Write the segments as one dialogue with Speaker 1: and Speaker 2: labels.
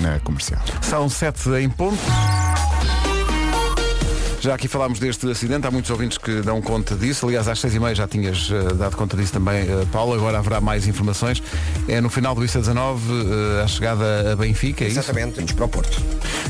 Speaker 1: na comercial.
Speaker 2: São sete em ponto. Já aqui falámos deste acidente, há muitos ouvintes que dão conta disso. Aliás, às seis e meia já tinhas eh, dado conta disso também, eh, Paulo. Agora haverá mais informações. É no final do IC19, eh, à chegada a Benfica, é isso?
Speaker 3: Exatamente, antes para o Porto.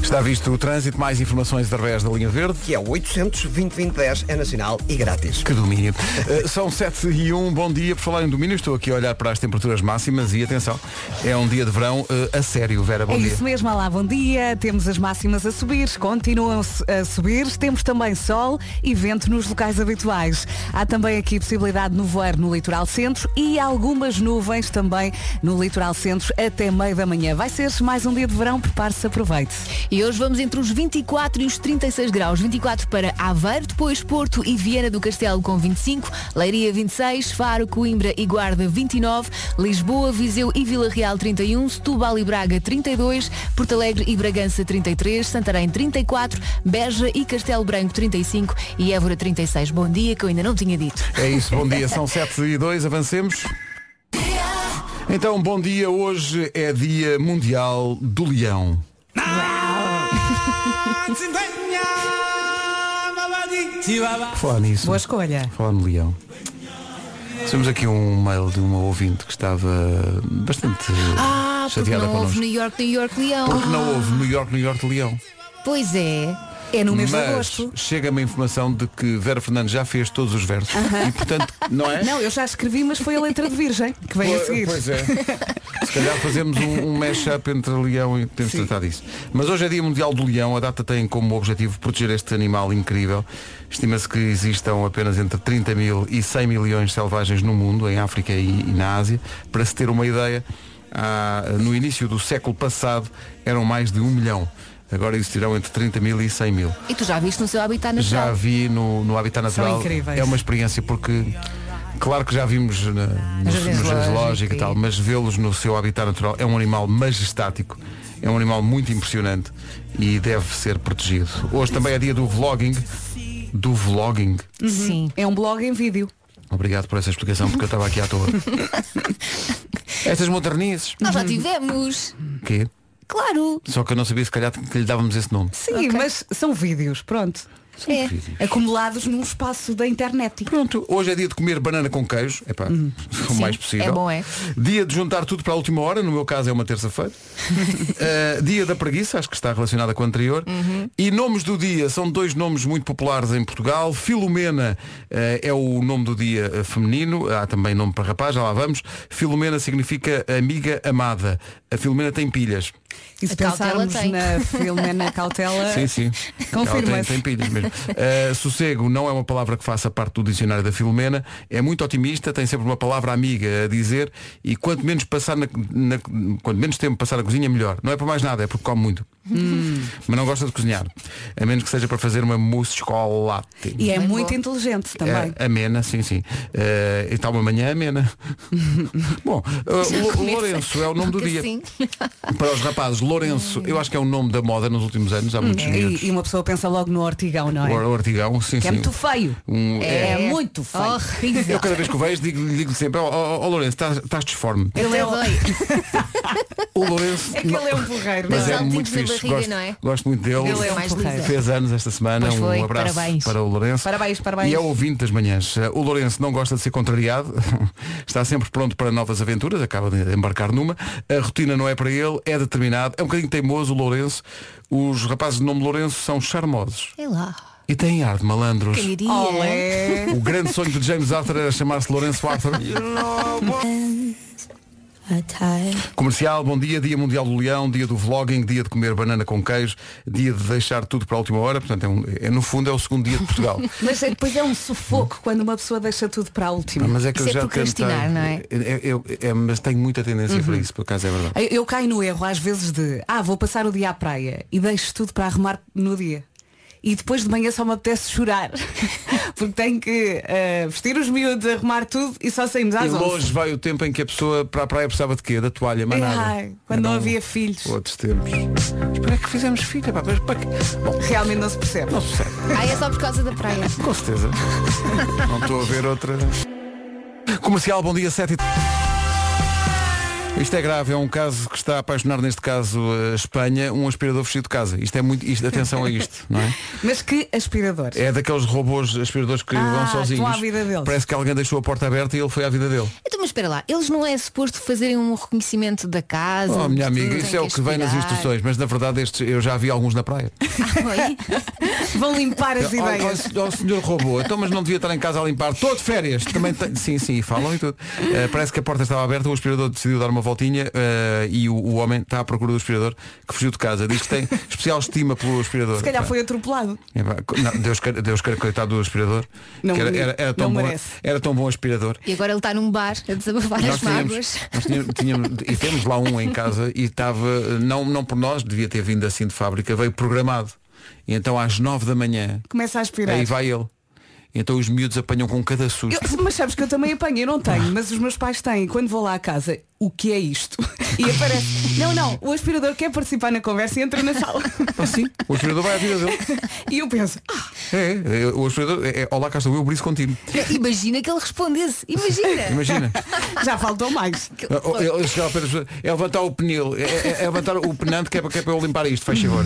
Speaker 2: Está visto o trânsito, mais informações através da linha verde.
Speaker 3: Que é o 800 2010 é nacional e grátis.
Speaker 2: Que domínio. Eh, são 7 e 1, bom dia. Por falar em domínio, estou aqui a olhar para as temperaturas máximas e atenção, é um dia de verão eh, a sério, Vera. Bom
Speaker 4: É
Speaker 2: dia.
Speaker 4: isso mesmo, olá, bom dia. Temos as máximas a subir, continuam a subir. Temos também sol e vento nos locais habituais. Há também aqui possibilidade de nevoeiro no litoral centro e algumas nuvens também no litoral centro até meio da manhã. Vai ser mais um dia de verão, prepare-se, aproveite.
Speaker 5: E hoje vamos entre os 24 e os 36 graus. 24 para Aveiro, depois Porto e Viana do Castelo com 25, Leiria 26, Faro, Coimbra e Guarda 29, Lisboa, Viseu e Vila Real 31, Setúbal e Braga 32, Porto Alegre e Bragança 33, Santarém 34, Beja e Castelo Branco 35 e Évora 36. Bom dia que eu ainda não tinha dito.
Speaker 2: É isso, bom dia. São 7 e 2, avancemos. Então, bom dia. Hoje é Dia Mundial do Leão. Falar nisso.
Speaker 4: Boa escolha.
Speaker 2: Falar no leão. Temos aqui um mail de uma ouvinte que estava bastante
Speaker 5: Ah, porque
Speaker 2: chateada
Speaker 5: não houve
Speaker 2: connosco.
Speaker 5: New York, New York, Leão. Ah.
Speaker 2: Porque não houve New York, New York, Leão.
Speaker 5: Pois é.
Speaker 4: É no mês de
Speaker 2: Mas
Speaker 4: agosto.
Speaker 2: chega-me a informação de que Vera Fernandes já fez todos os versos. E portanto, não é?
Speaker 4: Não, eu já escrevi, mas foi a letra de virgem que vem a seguir.
Speaker 2: Pois é. Se calhar fazemos um, um mash-up entre leão e temos de tratar disso. Mas hoje é Dia Mundial do Leão. A data tem como objetivo proteger este animal incrível. Estima-se que existam apenas entre 30 mil e 100 milhões de selvagens no mundo, em África e, e na Ásia. Para se ter uma ideia, há- no início do século passado eram mais de um milhão. Agora existirão entre 30 mil e 100 mil.
Speaker 5: E tu já viste no seu habitat
Speaker 2: Já
Speaker 5: natural?
Speaker 2: vi no, no Habitat Natural.
Speaker 4: incríveis.
Speaker 2: É uma experiência porque. Claro que já vimos na, nos,
Speaker 5: jardins
Speaker 2: nos jardins
Speaker 5: zoológicos
Speaker 2: lógico
Speaker 5: e-
Speaker 2: e tal, mas vê-los no seu habitat natural é um animal majestático, é um animal muito impressionante e deve ser protegido. Hoje também é dia do vlogging. Do vlogging.
Speaker 5: Sim.
Speaker 4: É um blog em vídeo.
Speaker 2: Obrigado por essa explicação porque eu estava aqui à toa. Estas modernices.
Speaker 5: Nós já tivemos.
Speaker 2: Quê?
Speaker 5: Claro.
Speaker 2: Só que eu não sabia se calhar que lhe dávamos esse nome.
Speaker 4: Sim,
Speaker 5: Ok.
Speaker 4: mas são vídeos, pronto.
Speaker 5: É.
Speaker 4: Acumulados num espaço da internet.
Speaker 2: Pronto, hoje é dia de comer banana com queijo. É pá, o
Speaker 5: Uhum. Sim,
Speaker 2: mais possível.
Speaker 5: é bom, é.
Speaker 2: Dia de juntar tudo para a última hora, no meu caso é uma terça-feira. Uh, dia da preguiça, acho que está relacionada com o anterior.
Speaker 5: Uhum.
Speaker 2: E nomes do dia, são dois nomes muito populares em Portugal. Filomena uh, é o nome do dia uh, feminino, há também nome para rapaz, já lá vamos. Filomena significa amiga amada. A Filomena tem pilhas.
Speaker 4: E se
Speaker 5: A cautela
Speaker 4: pensarmos
Speaker 5: tem.
Speaker 4: na Filomena Cautela,
Speaker 2: Sim, sim.
Speaker 4: Confirma-se.
Speaker 2: Ela Tem, tem pilhas mesmo. Uh, sossego não é uma palavra que faça parte do dicionário da Filomena. É muito otimista, tem sempre uma palavra amiga a dizer e quanto menos, passar na, na- quanto menos tempo passar na cozinha, melhor. Não é por mais nada, é porque come muito.
Speaker 4: Hum.
Speaker 2: Mas não gosta de cozinhar. A menos que seja para fazer uma mousse de chocolate.
Speaker 4: e é
Speaker 5: Muito
Speaker 4: muito
Speaker 5: bom.
Speaker 4: inteligente também.
Speaker 2: É, amena, sim, sim. Eh, e está uma manhã amena. Bom, eh, Lo- Lourenço é o nome do
Speaker 5: Porque
Speaker 2: dia.
Speaker 5: sim.
Speaker 2: Para os rapazes, Lourenço, eu acho que é um nome da moda nos últimos anos, há muitos miúdos.
Speaker 4: Hum, E, e uma pessoa pensa logo no ortigão, não é?
Speaker 2: O Ortigão, sim,
Speaker 4: que é
Speaker 2: sim.
Speaker 4: muito feio.
Speaker 2: Um-
Speaker 4: É,
Speaker 2: é.
Speaker 4: muito feio.
Speaker 5: Horrível.
Speaker 2: Eu cada vez que o vejo digo, digo sempre, ó oh, Lourenço, estás, estás disforme.
Speaker 4: Ele é,
Speaker 5: Até dói.
Speaker 2: O Lourenço.
Speaker 4: é que ele é um porreiro.
Speaker 2: Mas
Speaker 5: Dá
Speaker 2: é
Speaker 5: saltinhos
Speaker 2: muito
Speaker 5: na
Speaker 2: fixe.
Speaker 5: barriga,
Speaker 2: gosto,
Speaker 5: não é?
Speaker 2: gosto muito dele.
Speaker 5: Ele é mais
Speaker 4: porreiro.
Speaker 5: lisa.
Speaker 2: Fez anos esta semana,
Speaker 5: Pois foi,
Speaker 2: um abraço
Speaker 5: parabéns.
Speaker 2: para o Lourenço.
Speaker 4: Parabéns, parabéns.
Speaker 2: E é ouvinte das manhãs. Uh, O Lourenço não gosta de ser contrariado, está sempre pronto para novas aventuras, acaba de embarcar numa. A rotina não é para ele, é determinado. É um bocadinho teimoso o Lourenço. Os rapazes de nome Lourenço são charmosos
Speaker 5: É lá.
Speaker 2: e têm ar de malandros.
Speaker 5: Quem
Speaker 4: é.
Speaker 5: diria?
Speaker 4: Olé.
Speaker 2: O grande sonho de James Arthur era chamar-se Lourenço Arthur. Comercial, bom dia, dia mundial do leão, dia do vlogging, dia de comer banana com queijo, dia de deixar tudo para a última hora, portanto, é, um- é, no fundo é o segundo dia de Portugal.
Speaker 4: Mas é- depois é um sufoco quando uma pessoa deixa tudo para a última.
Speaker 2: Mas é que
Speaker 5: Isso
Speaker 2: eu
Speaker 5: é
Speaker 2: já tentei.
Speaker 5: procrastinar, não é?
Speaker 2: Eu- eu- é, mas tenho muita tendência para isso, por acaso é verdade.
Speaker 4: Eu, eu caio no erro às vezes de ah, vou passar o dia à praia e deixo tudo para arrumar no dia. E depois de manhã só me apetece chorar. Porque tenho que eh, vestir os miúdos, arrumar tudo e só saímos
Speaker 2: E
Speaker 4: às 11.
Speaker 2: longe vai o tempo em que a pessoa para a praia precisava de quê? Da toalha, mas nada.
Speaker 4: Ai, quando não
Speaker 2: Eram
Speaker 4: havia filhos.
Speaker 2: Outros tempos. Mas para que fizemos filha? Pá, mas para que... Bom,
Speaker 4: Realmente não se percebe.
Speaker 2: não sucede.
Speaker 5: Ah, é só por causa da praia.
Speaker 2: Com certeza. Não estou a ver outra. Comercial, bom dia, 7 e... Isto é grave, é um caso que está a apaixonar, neste caso, a Espanha, um aspirador vestido de casa. Isto é muito. Isto, atenção a isto, não é?
Speaker 4: Mas que aspirador.
Speaker 2: É daqueles robôs aspiradores que
Speaker 4: Ah,
Speaker 2: vão sozinhos.
Speaker 4: estão à vida deles.
Speaker 2: Parece que alguém deixou a porta aberta e ele foi à vida dele.
Speaker 5: Então, mas espera lá, eles não é suposto fazerem um reconhecimento da casa?
Speaker 2: Oh, minha
Speaker 5: de tudo,
Speaker 2: amiga,
Speaker 5: têm
Speaker 2: isso é o que vem nas
Speaker 5: aspirar? é?
Speaker 2: instruções, mas na verdade estes, eu já vi alguns na praia.
Speaker 4: Vão limpar as
Speaker 2: Olha,
Speaker 4: ideias.
Speaker 2: olha, olha, senhor robô, então mas não devia estar em casa a limpar. Estou de férias. Também tem- Sim, sim, falam e tudo. Eh, parece que a porta estava aberta, o aspirador decidiu dar uma voltinha eh, e o, o homem está à procura do aspirador que fugiu de casa. Diz que tem especial estima pelo aspirador.
Speaker 4: Se calhar
Speaker 2: Pá.
Speaker 4: foi atropelado.
Speaker 2: É pá, não, Deus queira, Deus queira coitado do aspirador.
Speaker 4: Não,
Speaker 2: que era, era- era tão
Speaker 4: não
Speaker 2: bom,
Speaker 4: merece.
Speaker 2: era tão bom aspirador.
Speaker 5: E agora ele está num bar a desabafar as mágoas.
Speaker 2: nós tínhamos, tínhamos- e temos lá um em casa e estava, não, não por nós, devia ter vindo assim de fábrica, veio programado. E então às nove da manhã,
Speaker 4: Começa a aspirar.
Speaker 2: aí vai ele. E então os miúdos apanham com cada susto.
Speaker 4: Eu- mas sabes que eu também apanho, eu não tenho, mas os meus pais têm. Quando vou lá à casa, o que é isto? E aparece, não, não, o aspirador quer participar na conversa e entra na sala.
Speaker 2: Assim, o aspirador vai à vida dele.
Speaker 4: E eu penso, ah,
Speaker 2: É, é, o aspirador, é, é, olá, cá estou eu, briso contigo.
Speaker 5: Imagina que ele respondesse. Imagina.
Speaker 2: Imagina.
Speaker 4: "Ah,
Speaker 2: Ah,
Speaker 4: já faltou mais.
Speaker 2: Ele chegar ao pé das pessoas, é levantar o pneu, é, é- é levantar o penante que é, para- que é para eu limpar isto, faz favor.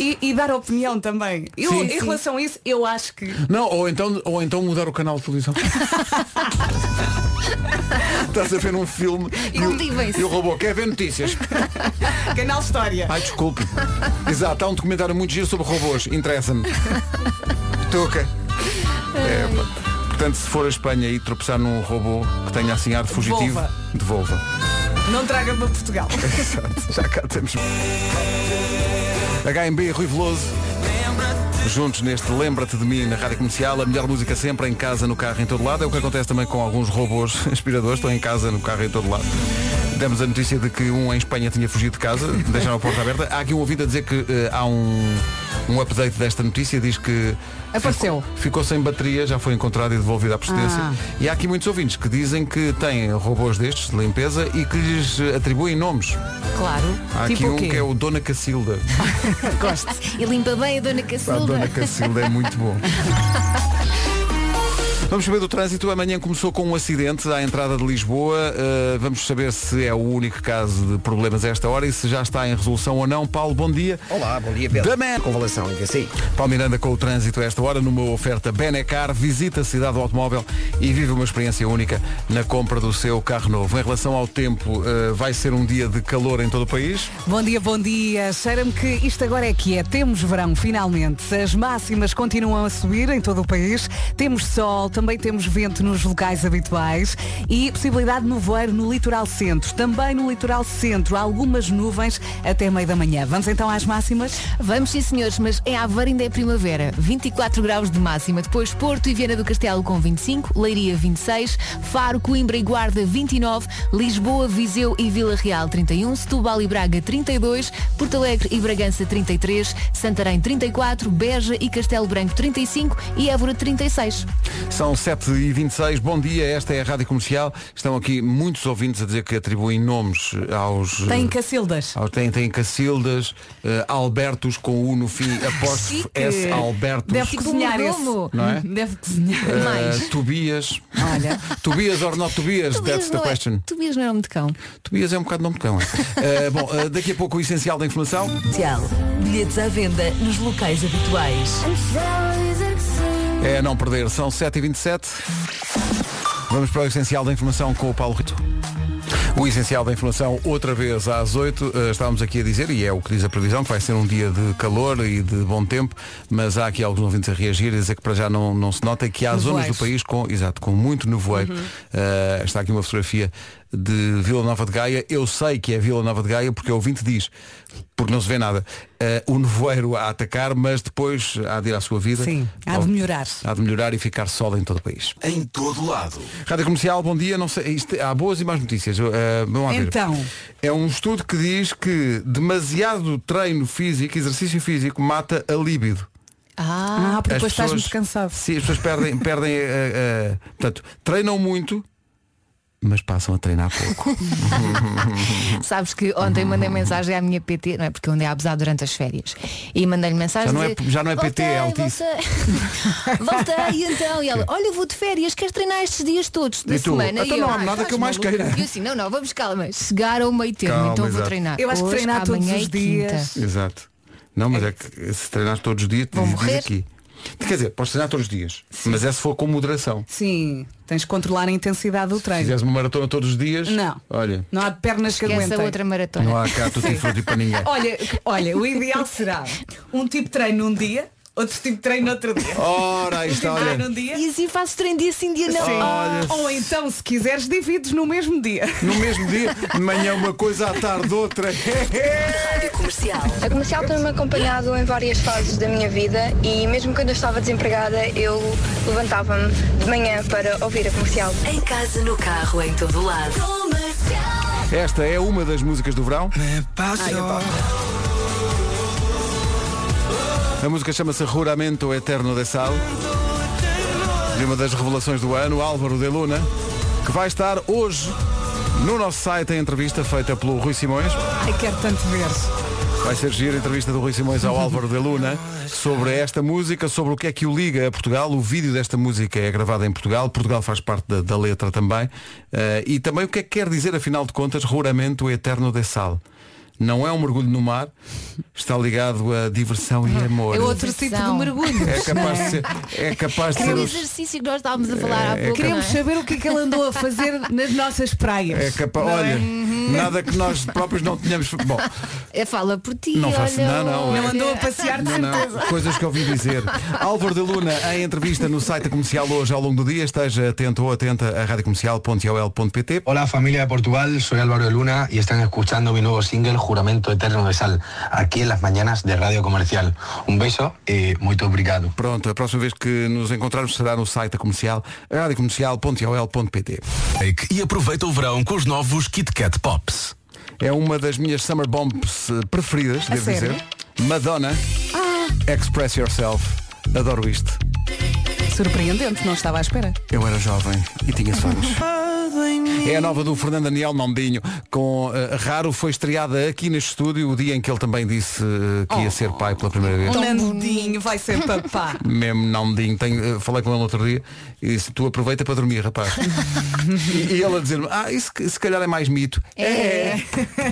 Speaker 4: E, e dar opinião também. Eu,
Speaker 2: Sim.
Speaker 4: em relação a isso, eu acho que.
Speaker 2: Não, ou então, ou então mudar o canal de televisão. Estás a ver um filme
Speaker 5: E
Speaker 2: o-
Speaker 5: motivem-se.
Speaker 2: e o robô quer ver notícias.
Speaker 4: Canal História.
Speaker 2: Ai, desculpe. Exato, há um documentário muito giro sobre robôs. Interessa-me. Toca. É, pá. portanto, se for a Espanha e tropeçar num robô que tenha assim ar de fugitivo,
Speaker 4: Devolva.
Speaker 2: devolva.
Speaker 4: Não traga para Portugal.
Speaker 2: Exato, já cá temos. HMB Rui Veloso. Juntos neste Lembra-te de mim na Rádio Comercial, a melhor música sempre em casa, no carro, em todo lado. É o que acontece também com alguns robôs aspiradores, estão em casa, no carro, em todo lado. Demos a notícia de que um em Espanha tinha fugido de casa, deixaram a porta aberta. Há aqui um ouvido a dizer que eh, há um, um update desta notícia, diz que
Speaker 4: Apareceu.
Speaker 2: Ficou, ficou sem bateria, já foi encontrado e devolvido à procedência.
Speaker 4: Ah.
Speaker 2: E há aqui muitos ouvintes que dizem que têm robôs destes de limpeza e que lhes eh, atribuem nomes.
Speaker 4: Claro.
Speaker 2: Há aqui
Speaker 4: tipo
Speaker 2: um
Speaker 4: o quê?
Speaker 2: que é o Dona Cacilda.
Speaker 5: E limpa bem a dona
Speaker 2: A
Speaker 5: Cacilda.
Speaker 2: Dona Cacilda é muito bom. Vamos saber do trânsito. Amanhã começou com um acidente à entrada de Lisboa. Uh, vamos saber se é o único caso de problemas a esta hora e se já está em resolução ou não. Paulo, bom dia.
Speaker 3: Olá, bom dia, Pedro.
Speaker 2: Da Man.
Speaker 3: Convalação em VCI.
Speaker 2: Paulo Miranda com o trânsito a esta hora numa oferta Benecar. Visita a cidade do automóvel e vive uma experiência única na compra do seu carro novo. Em relação ao tempo, uh, vai ser um dia de calor em todo o país.
Speaker 4: Bom dia, bom dia. Cheira-me que isto agora é que é. Temos verão, finalmente. As máximas continuam a subir em todo o país. Temos sol, também temos vento nos locais habituais e possibilidade de nevoeiro no litoral centro. Também no litoral centro, algumas nuvens até meio da manhã. Vamos então às máximas?
Speaker 5: Vamos sim senhores, mas em Aveiro ainda é primavera 24 graus de máxima Depois Porto e Viana do Castelo com 25 Leiria 26 Faro, Coimbra e Guarda 29 Lisboa, Viseu e Vila Real 31 Setúbal e Braga 32 Porto Alegre e Bragança 33 Santarém 34 Beja e Castelo Branco 35 E Évora 36
Speaker 2: São 7h26, bom dia, esta é a Rádio Comercial. Estão aqui muitos ouvintes a dizer que atribuem nomes aos.
Speaker 4: Tem Cacildas.
Speaker 2: aos- Tem, tem Cacildas, eh, Albertos com U no fim, apóstrofe
Speaker 5: Chique.
Speaker 2: S, Albertos,
Speaker 4: Deve
Speaker 5: Tipo
Speaker 4: cozinhar
Speaker 5: um
Speaker 4: esse.
Speaker 5: domo.
Speaker 2: Não é?
Speaker 4: Deve cozinhar.
Speaker 2: eh,
Speaker 5: mais.
Speaker 2: Tobias.
Speaker 4: Olha.
Speaker 2: Tobias or not Tobias, that's the
Speaker 5: não
Speaker 2: question.
Speaker 5: é, Tobias não é nome de cão
Speaker 2: Tobias é um bocado nome de cão. é? Eh, bom, eh, daqui a pouco o essencial da informação.
Speaker 1: Bilhetes à venda nos locais habituais.
Speaker 2: É a não perder, são 7h27. Vamos para o essencial da informação com o Paulo Rito. O essencial da informação, outra vez às 8, eh, estávamos aqui a dizer, e é o que diz a previsão, que vai ser um dia de calor e de bom tempo, mas há aqui alguns ouvintes a reagir e a dizer que para já não, não se nota que há zonas do
Speaker 4: Nevoeiros.
Speaker 2: país com, exato, com muito nevoeiro. Eh, está aqui uma fotografia de Vila Nova de Gaia. Eu sei que é Vila Nova de Gaia porque o ouvinte diz, porque não se vê nada, eh, o nevoeiro a atacar, mas depois há de ir à sua vida.
Speaker 4: Sim, há de
Speaker 2: Bom,
Speaker 4: melhorar.
Speaker 2: Há de melhorar e ficar sol em todo o país.
Speaker 6: Em todo lado.
Speaker 2: Rádio Comercial, bom dia. Não sei, isto- é, há boas e más notícias. Uh, vamos lá ver.
Speaker 4: Então.
Speaker 2: É um estudo que diz que demasiado treino físico, exercício físico, mata a líbido.
Speaker 4: Ah, porque depois estás
Speaker 2: pessoas-
Speaker 4: muito cansado.
Speaker 2: Sim, as pessoas perdem. perdem eh, eh, portanto, treinam muito mas passam a treinar pouco.
Speaker 5: Sabes que ontem mandei
Speaker 2: Uhum.
Speaker 5: mensagem à minha PT, não é? Porque eu andei a abusar durante as férias. E mandei-lhe mensagem.
Speaker 2: Já não é-
Speaker 5: dizer,
Speaker 2: já não é PT, é
Speaker 5: "Voltei,
Speaker 2: Altice."
Speaker 5: Voltei, voltei então. E ela, olha, eu vou de férias, queres treinar estes dias todos da
Speaker 2: E tu?
Speaker 5: semana? E
Speaker 2: Então não há nada
Speaker 5: "Ai,
Speaker 2: que eu mais
Speaker 5: estás maluca?"
Speaker 2: queira.
Speaker 5: E eu assim, não, não, vamos calma. Chegar ao meio termo,
Speaker 2: Calma,
Speaker 5: então vou
Speaker 2: exato.
Speaker 5: treinar.
Speaker 4: Eu acho que
Speaker 5: Hoje,
Speaker 4: treinar todos
Speaker 5: amanhã
Speaker 4: os
Speaker 5: e quinta.
Speaker 4: dias.
Speaker 2: Exato. Não, mas é que se treinar todos os dias,
Speaker 5: Vão
Speaker 2: diz, diz
Speaker 5: morrer.
Speaker 2: aqui. Quer dizer, podes treinar todos os dias, mas é se for com moderação.
Speaker 4: Sim, tens de controlar a intensidade do
Speaker 2: Se
Speaker 4: treino.
Speaker 2: fizeres uma maratona todos os dias,
Speaker 4: Não.
Speaker 2: olha,
Speaker 4: Não há pernas que
Speaker 5: Que essa
Speaker 4: aguentem. É.
Speaker 5: outra maratona.
Speaker 2: não há cá tudo fruto para ninguém.
Speaker 4: Olha, olha, o ideal será um tipo de treino num dia, outro tipo de treino no outro dia.
Speaker 2: Ora, aí está,
Speaker 4: Um tipo de treino
Speaker 2: olha.
Speaker 4: num dia.
Speaker 5: E assim faço treino dia sim, dia não.
Speaker 4: Sim.
Speaker 2: Olha.
Speaker 4: Ou então, se quiseres, divides no mesmo dia.
Speaker 2: No mesmo dia, de manhã uma coisa, à tarde outra.
Speaker 1: Rádio Comercial.
Speaker 6: A comercial tem-me acompanhado em várias fases da minha vida e mesmo quando eu estava desempregada eu levantava-me de manhã para ouvir a comercial.
Speaker 1: Em casa, no carro, em todo lado.
Speaker 2: Esta é uma das músicas do verão. A música chama-se Ruramento Eterno de Sal. De uma das revelações do ano, Álvaro de Luna, que vai estar hoje no nosso site a entrevista feita pelo Rui Simões.
Speaker 4: Ai, quero tanto ver.
Speaker 2: Vai ser gira a entrevista do Rui Simões ao Álvaro de Luna sobre esta música, sobre o que é que o liga a Portugal. O vídeo desta música é gravado em Portugal, Portugal faz parte da, da letra também. Eh, e também o que é que quer dizer, afinal de contas, Ruramento Eterno de Sal. Não é um mergulho no mar, está ligado a diversão e amor.
Speaker 4: É outro tipo de
Speaker 5: Visão.
Speaker 4: mergulho.
Speaker 2: É capaz de ser, é capaz de
Speaker 5: Era
Speaker 2: ser
Speaker 5: o
Speaker 2: os,
Speaker 5: exercício que nós estávamos a falar há
Speaker 2: É, é
Speaker 5: pouco.
Speaker 4: Queremos
Speaker 5: não é?
Speaker 4: saber o que é que ele andou a fazer nas nossas praias.
Speaker 2: é capaz, olha,
Speaker 4: Uhum.
Speaker 2: nada que nós próprios não tenhamos. Bom,
Speaker 5: É, Fala por ti,
Speaker 2: Não
Speaker 5: olha.
Speaker 2: faço- não, não, é.
Speaker 5: olha.
Speaker 4: Não andou a passear de
Speaker 2: Não, não,
Speaker 4: certeza.
Speaker 2: coisas que ouvi dizer. Álvaro de Luna, em entrevista no site da comercial hoje ao longo do dia, esteja atento ou atenta a radiocomercial.ol.pt.
Speaker 7: Hola familia de Portugal, soy Álvaro de Luna y están escuchando mi nuevo single Juramento Eterno de Sal, aquí en las mañanas de Radio Comercial. Un beso y muy obrigado.
Speaker 2: Pronto, a próxima vez que nos encontrarmos será no site da comercial, radiocomercial.ol.pt.
Speaker 8: E aproveita o verão com os novos Kit Kat Pops.
Speaker 2: É uma das minhas summer bombs eh, preferidas, devo
Speaker 4: sério?
Speaker 2: dizer. Madonna, Express Yourself. Adoro isto.
Speaker 4: Surpreendente, não estava à espera.
Speaker 2: Eu era jovem e tinha sonhos. É a nova do Fernando Daniel Nondinho, com eh, Raro, foi estreada aqui neste estúdio o dia em que ele também disse eh, que ia ser pai pela primeira vez.
Speaker 4: O Nandinho vai ser papá.
Speaker 2: Mesmo Nondinho, tenho, eh, falei com ele outro dia e disse, tu aproveita para dormir, rapaz. e, e ele a dizer-me, ah, isso que- se calhar é mais mito.
Speaker 5: É.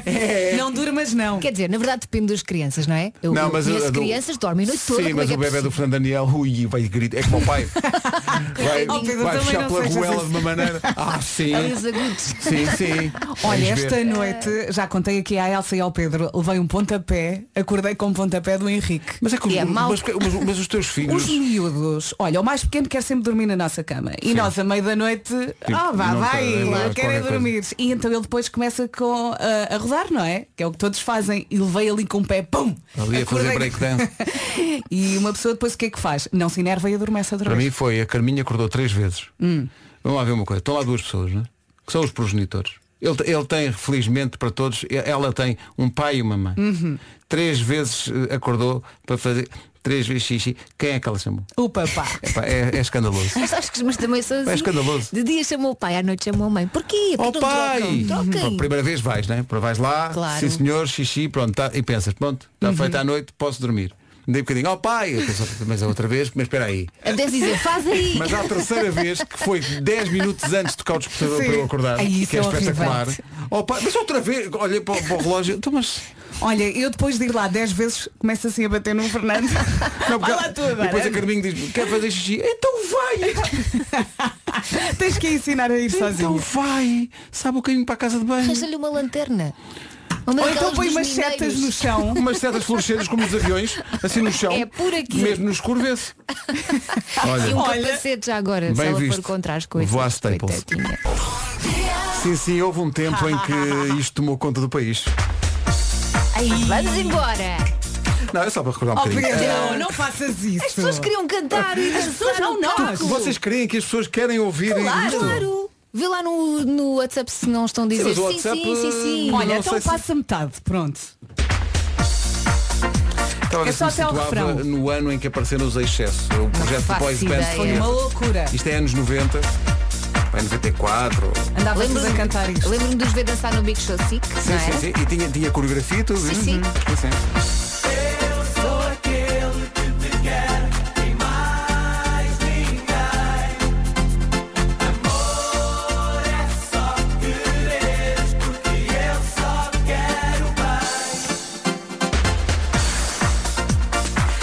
Speaker 2: É.
Speaker 4: Não durmas não.
Speaker 5: Quer dizer, na verdade depende das crianças, não é? Eu, eu
Speaker 2: eh, a-
Speaker 5: conheço
Speaker 2: a do-
Speaker 5: crianças dormem a noite toda.
Speaker 2: Sim,
Speaker 5: como é
Speaker 2: mas
Speaker 5: que
Speaker 2: o bebê
Speaker 5: é
Speaker 2: do Fernando Daniel, ui, vai gritar. É como o pai. vai
Speaker 4: Oh, Pedro,
Speaker 2: vai
Speaker 4: também
Speaker 2: puxar
Speaker 4: não
Speaker 2: pela
Speaker 4: sejas
Speaker 2: goela de
Speaker 4: assim.
Speaker 2: uma maneira. Ah, sim.
Speaker 5: Ali os agudos.
Speaker 2: Sim, sim.
Speaker 4: Olha,
Speaker 2: Vais ver.
Speaker 4: esta noite, já contei aqui à Elsa e ao Pedro, levei um pontapé, acordei com um pontapé do Henrique.
Speaker 2: Mas é que os-
Speaker 5: É mau.
Speaker 2: mas, mas- mas os teus filhos.
Speaker 4: Os miúdos, olha, o mais pequeno quer sempre dormir na nossa cama. E nós, a meio da noite, ah, vá,
Speaker 2: Tipo, não quero,
Speaker 4: vai, eu
Speaker 2: claro,
Speaker 4: quero é
Speaker 2: qualquer
Speaker 4: dormir. E então ele depois começa com, ah, a rodar, não é? Que é o que todos fazem. E levei ali com o pé, pum!
Speaker 2: Ali a fazer
Speaker 4: Acordei.
Speaker 2: breakdance.
Speaker 4: E uma pessoa depois o que é que faz? Não se enerva e adormece outra
Speaker 2: Para
Speaker 4: vez.
Speaker 2: mim foi, a Carminha acordou três vezes. Vamos lá ver uma coisa. Estão lá duas pessoas, não é? Que são os progenitores. Ele, te- ele tem, felizmente para todos, e- ela tem um pai e uma mãe. Três vezes eh, acordou para fazer. Três vezes xixi. Quem é que ela chamou?
Speaker 4: O papá.
Speaker 2: Epá, é, é escandaloso.
Speaker 5: Mas acho que mas também são assim.
Speaker 2: É escandaloso.
Speaker 5: De dia chamou o pai, à noite chamou a mãe. Porquê?
Speaker 2: Ó
Speaker 5: Porquê não
Speaker 2: Oh, pai!
Speaker 5: trocam? Troquem.
Speaker 2: Pronto, Primeira vez vais, né? Para vais lá,
Speaker 5: Claro.
Speaker 2: sim senhor, xixi, pronto, tá- e pensas, pronto, está feita à noite, posso dormir. Dei um bocadinho, ó pai, Eu penso, mas a outra vez, mas espera aí.
Speaker 5: Até dizer, faz aí.
Speaker 2: Mas à terceira vez, que foi 10 minutos antes de tocar o despertador
Speaker 4: Sim.
Speaker 2: para eu acordar,
Speaker 4: Ai, isso
Speaker 2: que é
Speaker 4: é
Speaker 2: espetacular.
Speaker 4: horrível.
Speaker 2: Ó pai, mas outra vez, olhei para, o- para o relógio, tu mas.
Speaker 4: Olha, eu depois de ir lá 10 vezes começo assim a bater no Fernando.
Speaker 2: porque-
Speaker 4: Vai lá tu agora.
Speaker 2: e depois a Carminho diz, quer fazer xixi? Então vai!
Speaker 4: Tens que a ensinar a ir
Speaker 2: Então
Speaker 4: sozinho.
Speaker 2: vai! Sabe o caminho para a casa de banho.
Speaker 5: Arranja-lhe uma lanterna. Uma
Speaker 4: Ou então
Speaker 5: daquelas
Speaker 4: põe
Speaker 5: dos
Speaker 4: umas
Speaker 5: mineiros.
Speaker 4: setas no chão.
Speaker 2: umas setas florescentes como os aviões, assim no chão.
Speaker 5: É por aqui.
Speaker 2: Mesmo no escurvesse.
Speaker 5: E
Speaker 2: Olha,
Speaker 5: um
Speaker 4: Olha.
Speaker 5: capacete já agora, se
Speaker 2: Bem
Speaker 5: ela
Speaker 2: visto.
Speaker 5: for contra as coisas.
Speaker 2: Vou à Staples.
Speaker 5: coitadinha.
Speaker 2: sim, sim, houve um tempo em que isto tomou conta do país.
Speaker 5: Ai, vamos embora.
Speaker 2: Não, é só para recordar um
Speaker 4: Oh,
Speaker 2: bocadinho.
Speaker 4: Pedro, não faças isso.
Speaker 5: As pessoas queriam cantar e dançar.
Speaker 4: não,
Speaker 5: ao
Speaker 4: nós.
Speaker 5: palco.
Speaker 2: Vocês creem que as pessoas querem ouvir
Speaker 5: Claro.
Speaker 2: isto?
Speaker 5: claro. Vê lá no, no WhatsApp se não estão a dizer
Speaker 2: mas o
Speaker 5: sim,
Speaker 2: WhatsApp,
Speaker 5: sim, sim, sim.
Speaker 4: Olha,
Speaker 2: Não
Speaker 4: então
Speaker 2: sei se-
Speaker 4: passa metade, pronto.
Speaker 2: Estava a ver
Speaker 4: É
Speaker 2: se
Speaker 4: só
Speaker 2: me
Speaker 4: até ao
Speaker 2: situava
Speaker 4: refrão.
Speaker 2: no ano em que apareceram os excessos. O projeto do
Speaker 5: faço
Speaker 2: Boys Band
Speaker 5: ideia.
Speaker 4: Foi uma loucura.
Speaker 2: Isto é anos 90. Bem, em 94.
Speaker 4: Andava tudo a
Speaker 5: Lembro-me-
Speaker 4: cantar isto.
Speaker 5: Lembro-me de os ver dançar no Big Show Sick,
Speaker 2: Sim,
Speaker 5: não é?
Speaker 2: sim, sim. E tinha, tinha coreografia e tudo. né? Uhum.
Speaker 5: Sim, sim.
Speaker 2: sim.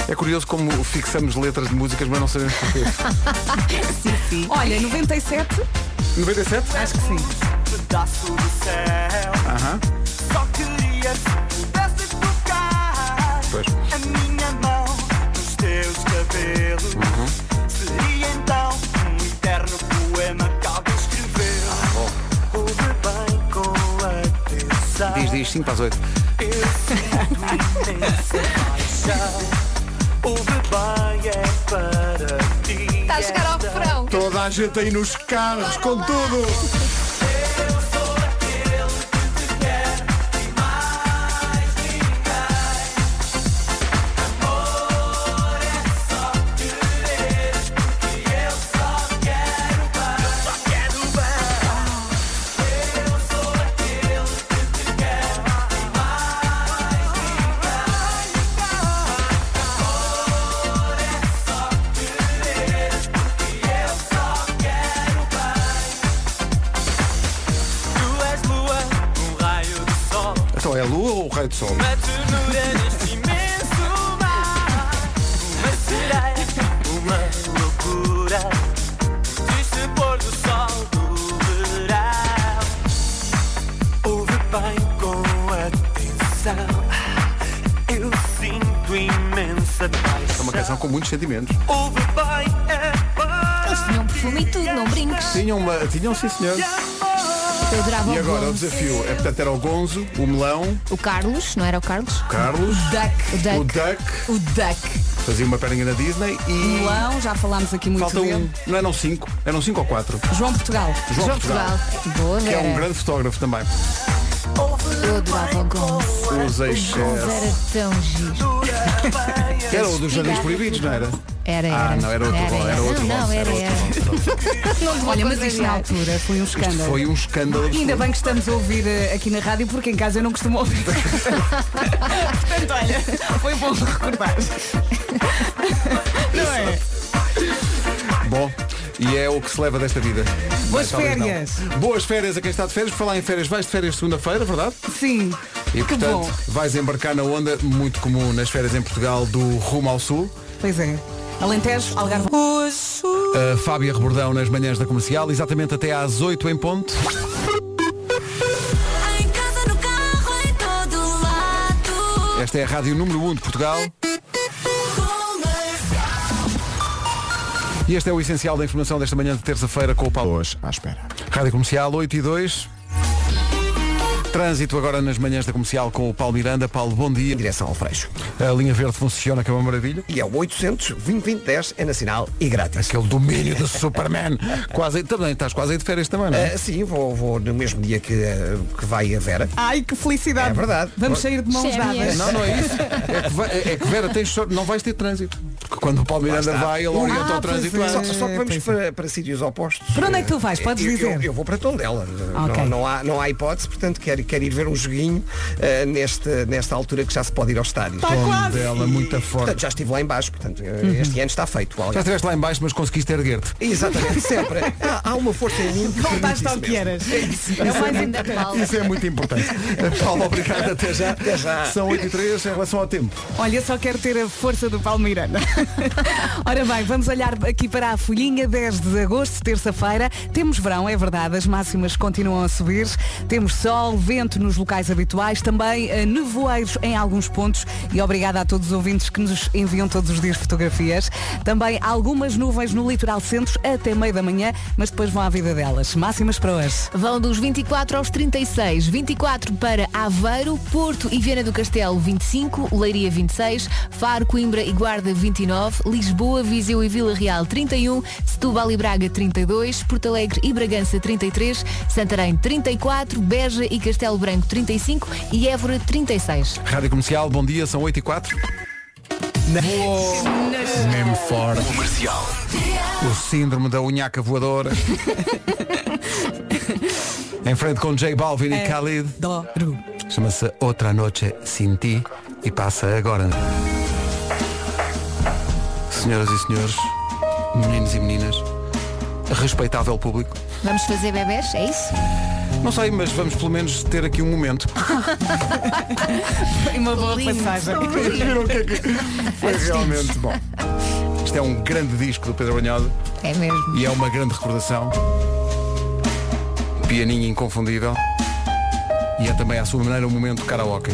Speaker 2: É curioso como fixamos letras de músicas, mas não sabemos porquê.
Speaker 4: Olha, 97,
Speaker 2: 97?
Speaker 4: acho que sim.
Speaker 2: Aham. Pois. Diz, diz, 5 para as 8.
Speaker 5: Está a chegar ao verão.
Speaker 2: Toda a gente aí nos carros, com tudo! Então é a lua ou o raio de sol?
Speaker 9: é
Speaker 2: É uma canção com muitos sentimentos.
Speaker 5: Eles tinham perfume e tudo, não brinques.
Speaker 2: Tinham uma. Tinham sim senhor.
Speaker 5: Eu adorava
Speaker 2: E
Speaker 5: o
Speaker 2: agora o
Speaker 5: Gonzo.
Speaker 2: desafio é portanto era o Gonzo, o Melão,
Speaker 5: O Carlos, não era o Carlos?
Speaker 2: o Carlos,
Speaker 5: O
Speaker 4: Duck.
Speaker 2: o
Speaker 5: Duck.
Speaker 2: Duck,
Speaker 4: O Duck.
Speaker 2: fazia uma perninha na Disney e.
Speaker 4: Melão, já falámos aqui muito
Speaker 2: Falta
Speaker 4: dele.
Speaker 2: um, não eram cinco, eram cinco ou quatro.
Speaker 4: João Portugal.
Speaker 2: João, Portugal,
Speaker 5: Boa,
Speaker 2: que é
Speaker 5: Vera.
Speaker 2: um grande fotógrafo também.
Speaker 5: Eu adorava o Gonzo.
Speaker 2: Os ex
Speaker 5: O Gonzo era tão giro.
Speaker 2: que era o dos Jardins Proibidos, não era?
Speaker 5: Era, era.
Speaker 2: Ah, não, era outro bom, era outro
Speaker 5: Não,
Speaker 2: bom,
Speaker 5: não, era,
Speaker 2: era outro
Speaker 5: era.
Speaker 4: Olha, mas isto na
Speaker 5: é.
Speaker 4: altura foi um
Speaker 2: Isto
Speaker 4: escândalo.
Speaker 2: foi um escândalo.
Speaker 4: E Ainda
Speaker 2: absoluto.
Speaker 4: bem que estamos a ouvir eh, aqui na rádio, porque em casa eu não costumo ouvir. Portanto, olha, foi bom recordar. Não é?
Speaker 2: Bom, e é o que se leva desta vida.
Speaker 4: Boas
Speaker 2: Mas talvez
Speaker 4: férias.
Speaker 2: não. Boas férias a quem está de férias. Por Falar em férias, vais de férias segunda-feira, verdade?
Speaker 4: Sim.
Speaker 2: E
Speaker 4: que
Speaker 2: portanto,
Speaker 4: bom.
Speaker 2: vais embarcar na onda muito comum nas férias em Portugal do rumo ao sul.
Speaker 4: Pois é. Alentejo, Algarve.
Speaker 2: A Fábia Rebordão nas manhãs da comercial, exatamente até às 8 em ponto.
Speaker 10: Em casa, no carro, em todo lado.
Speaker 2: Esta é a rádio número 1 de Portugal. E este é o essencial da informação desta manhã de terça-feira com o Paulo.
Speaker 9: Hoje à espera.
Speaker 2: Rádio Comercial 8 e 2. Trânsito agora nas manhãs da comercial com o Paulo Miranda. Paulo, bom dia.
Speaker 3: Em direção ao Freixo.
Speaker 2: A linha verde funciona, que é uma maravilha.
Speaker 3: E é o 800 20 10 é nacional e grátis.
Speaker 2: Aquele domínio do Superman. Quase, também estás quase aí de férias também, não é?
Speaker 3: Ah, sim, vou, vou no mesmo dia que, ah, que vai a Vera.
Speaker 4: Ai, que felicidade.
Speaker 3: É verdade.
Speaker 4: Vamos sair de mãos
Speaker 5: Gêmeas.
Speaker 4: dadas.
Speaker 2: Não, não é isso. É que, vai- é que, Vera, tens sorte, não vais ter trânsito. Porque quando o Paulo Miranda vai, ele orienta
Speaker 4: Ah,
Speaker 2: o trânsito.
Speaker 4: pois
Speaker 3: Só,
Speaker 2: antes.
Speaker 3: só que vamos
Speaker 4: pois
Speaker 3: para, para sítios opostos.
Speaker 4: Para onde é que tu vais?
Speaker 3: Eh,
Speaker 4: Podes
Speaker 3: eu, eu-
Speaker 4: dizer.
Speaker 3: Eu, vou para Tondela.
Speaker 4: Ok.
Speaker 3: Não, não, há, não há hipótese, portanto quero, quero ir ver um joguinho eh, neste, nesta altura que já se pode ir ao estádio.
Speaker 4: Tá quase. Uhum.
Speaker 2: Dela, muita forte.
Speaker 3: Portanto, já estive lá em baixo, portanto, eh, este ano está feito.
Speaker 2: Já
Speaker 3: Olha.
Speaker 2: estiveste lá em baixo, mas conseguiste erguer-te.
Speaker 3: Exatamente, sempre. Há, há uma força em
Speaker 2: É,
Speaker 3: mim. que permite
Speaker 4: Voltaste
Speaker 3: isso
Speaker 4: ao que
Speaker 3: mesmo.
Speaker 4: eras.
Speaker 5: É o mais importante.
Speaker 2: Isso é muito importante. Paulo, obrigado. Até já.
Speaker 3: Até já.
Speaker 2: São 8 e 3 em relação ao tempo.
Speaker 4: Olha, só quero ter a força do Paulo Miranda. Ora bem, vamos olhar aqui para a folhinha 10 de agosto, terça-feira. Temos verão, é verdade, as máximas continuam a subir. Temos sol, vento nos locais habituais, também eh, nevoeiros em alguns pontos. E obrigada a todos os ouvintes que nos enviam todos os dias fotografias. Também algumas nuvens no litoral centro até meio da manhã, mas depois vão à vida delas. Máximas para hoje.
Speaker 5: Vão dos 24 aos 36. 24 para Aveiro, Porto e Viana do Castelo 25, Leiria 26, Faro, Coimbra e Guarda 29, Lisboa, Viseu e Vila Real 31, Setúbal e Braga 32, Porto Alegre e Bragança 33, Santarém 34, Beja e Castelo Branco 35 e Évora 36.
Speaker 2: Rádio Comercial, bom dia, são 8 e 4. Mesmo forte.
Speaker 8: Comercial.
Speaker 2: O síndrome da unhaca voadora. Em frente com J Balvin e Khalid.
Speaker 4: Adoro.
Speaker 2: Chama-se Outra Noche Sin Ti e passa agora. Senhoras e senhores, meninos e meninas, respeitável público.
Speaker 5: Vamos fazer bebés, é isso?
Speaker 2: Não sei, mas vamos pelo menos ter aqui um momento.
Speaker 4: Uma boa passagem.
Speaker 2: Vocês viram o que é que foi realmente bom. Isto é um grande disco do Pedro Banhosa
Speaker 5: É mesmo.
Speaker 2: e é uma grande recordação. Pianinho inconfundível. E é também à sua maneira um momento de karaoke.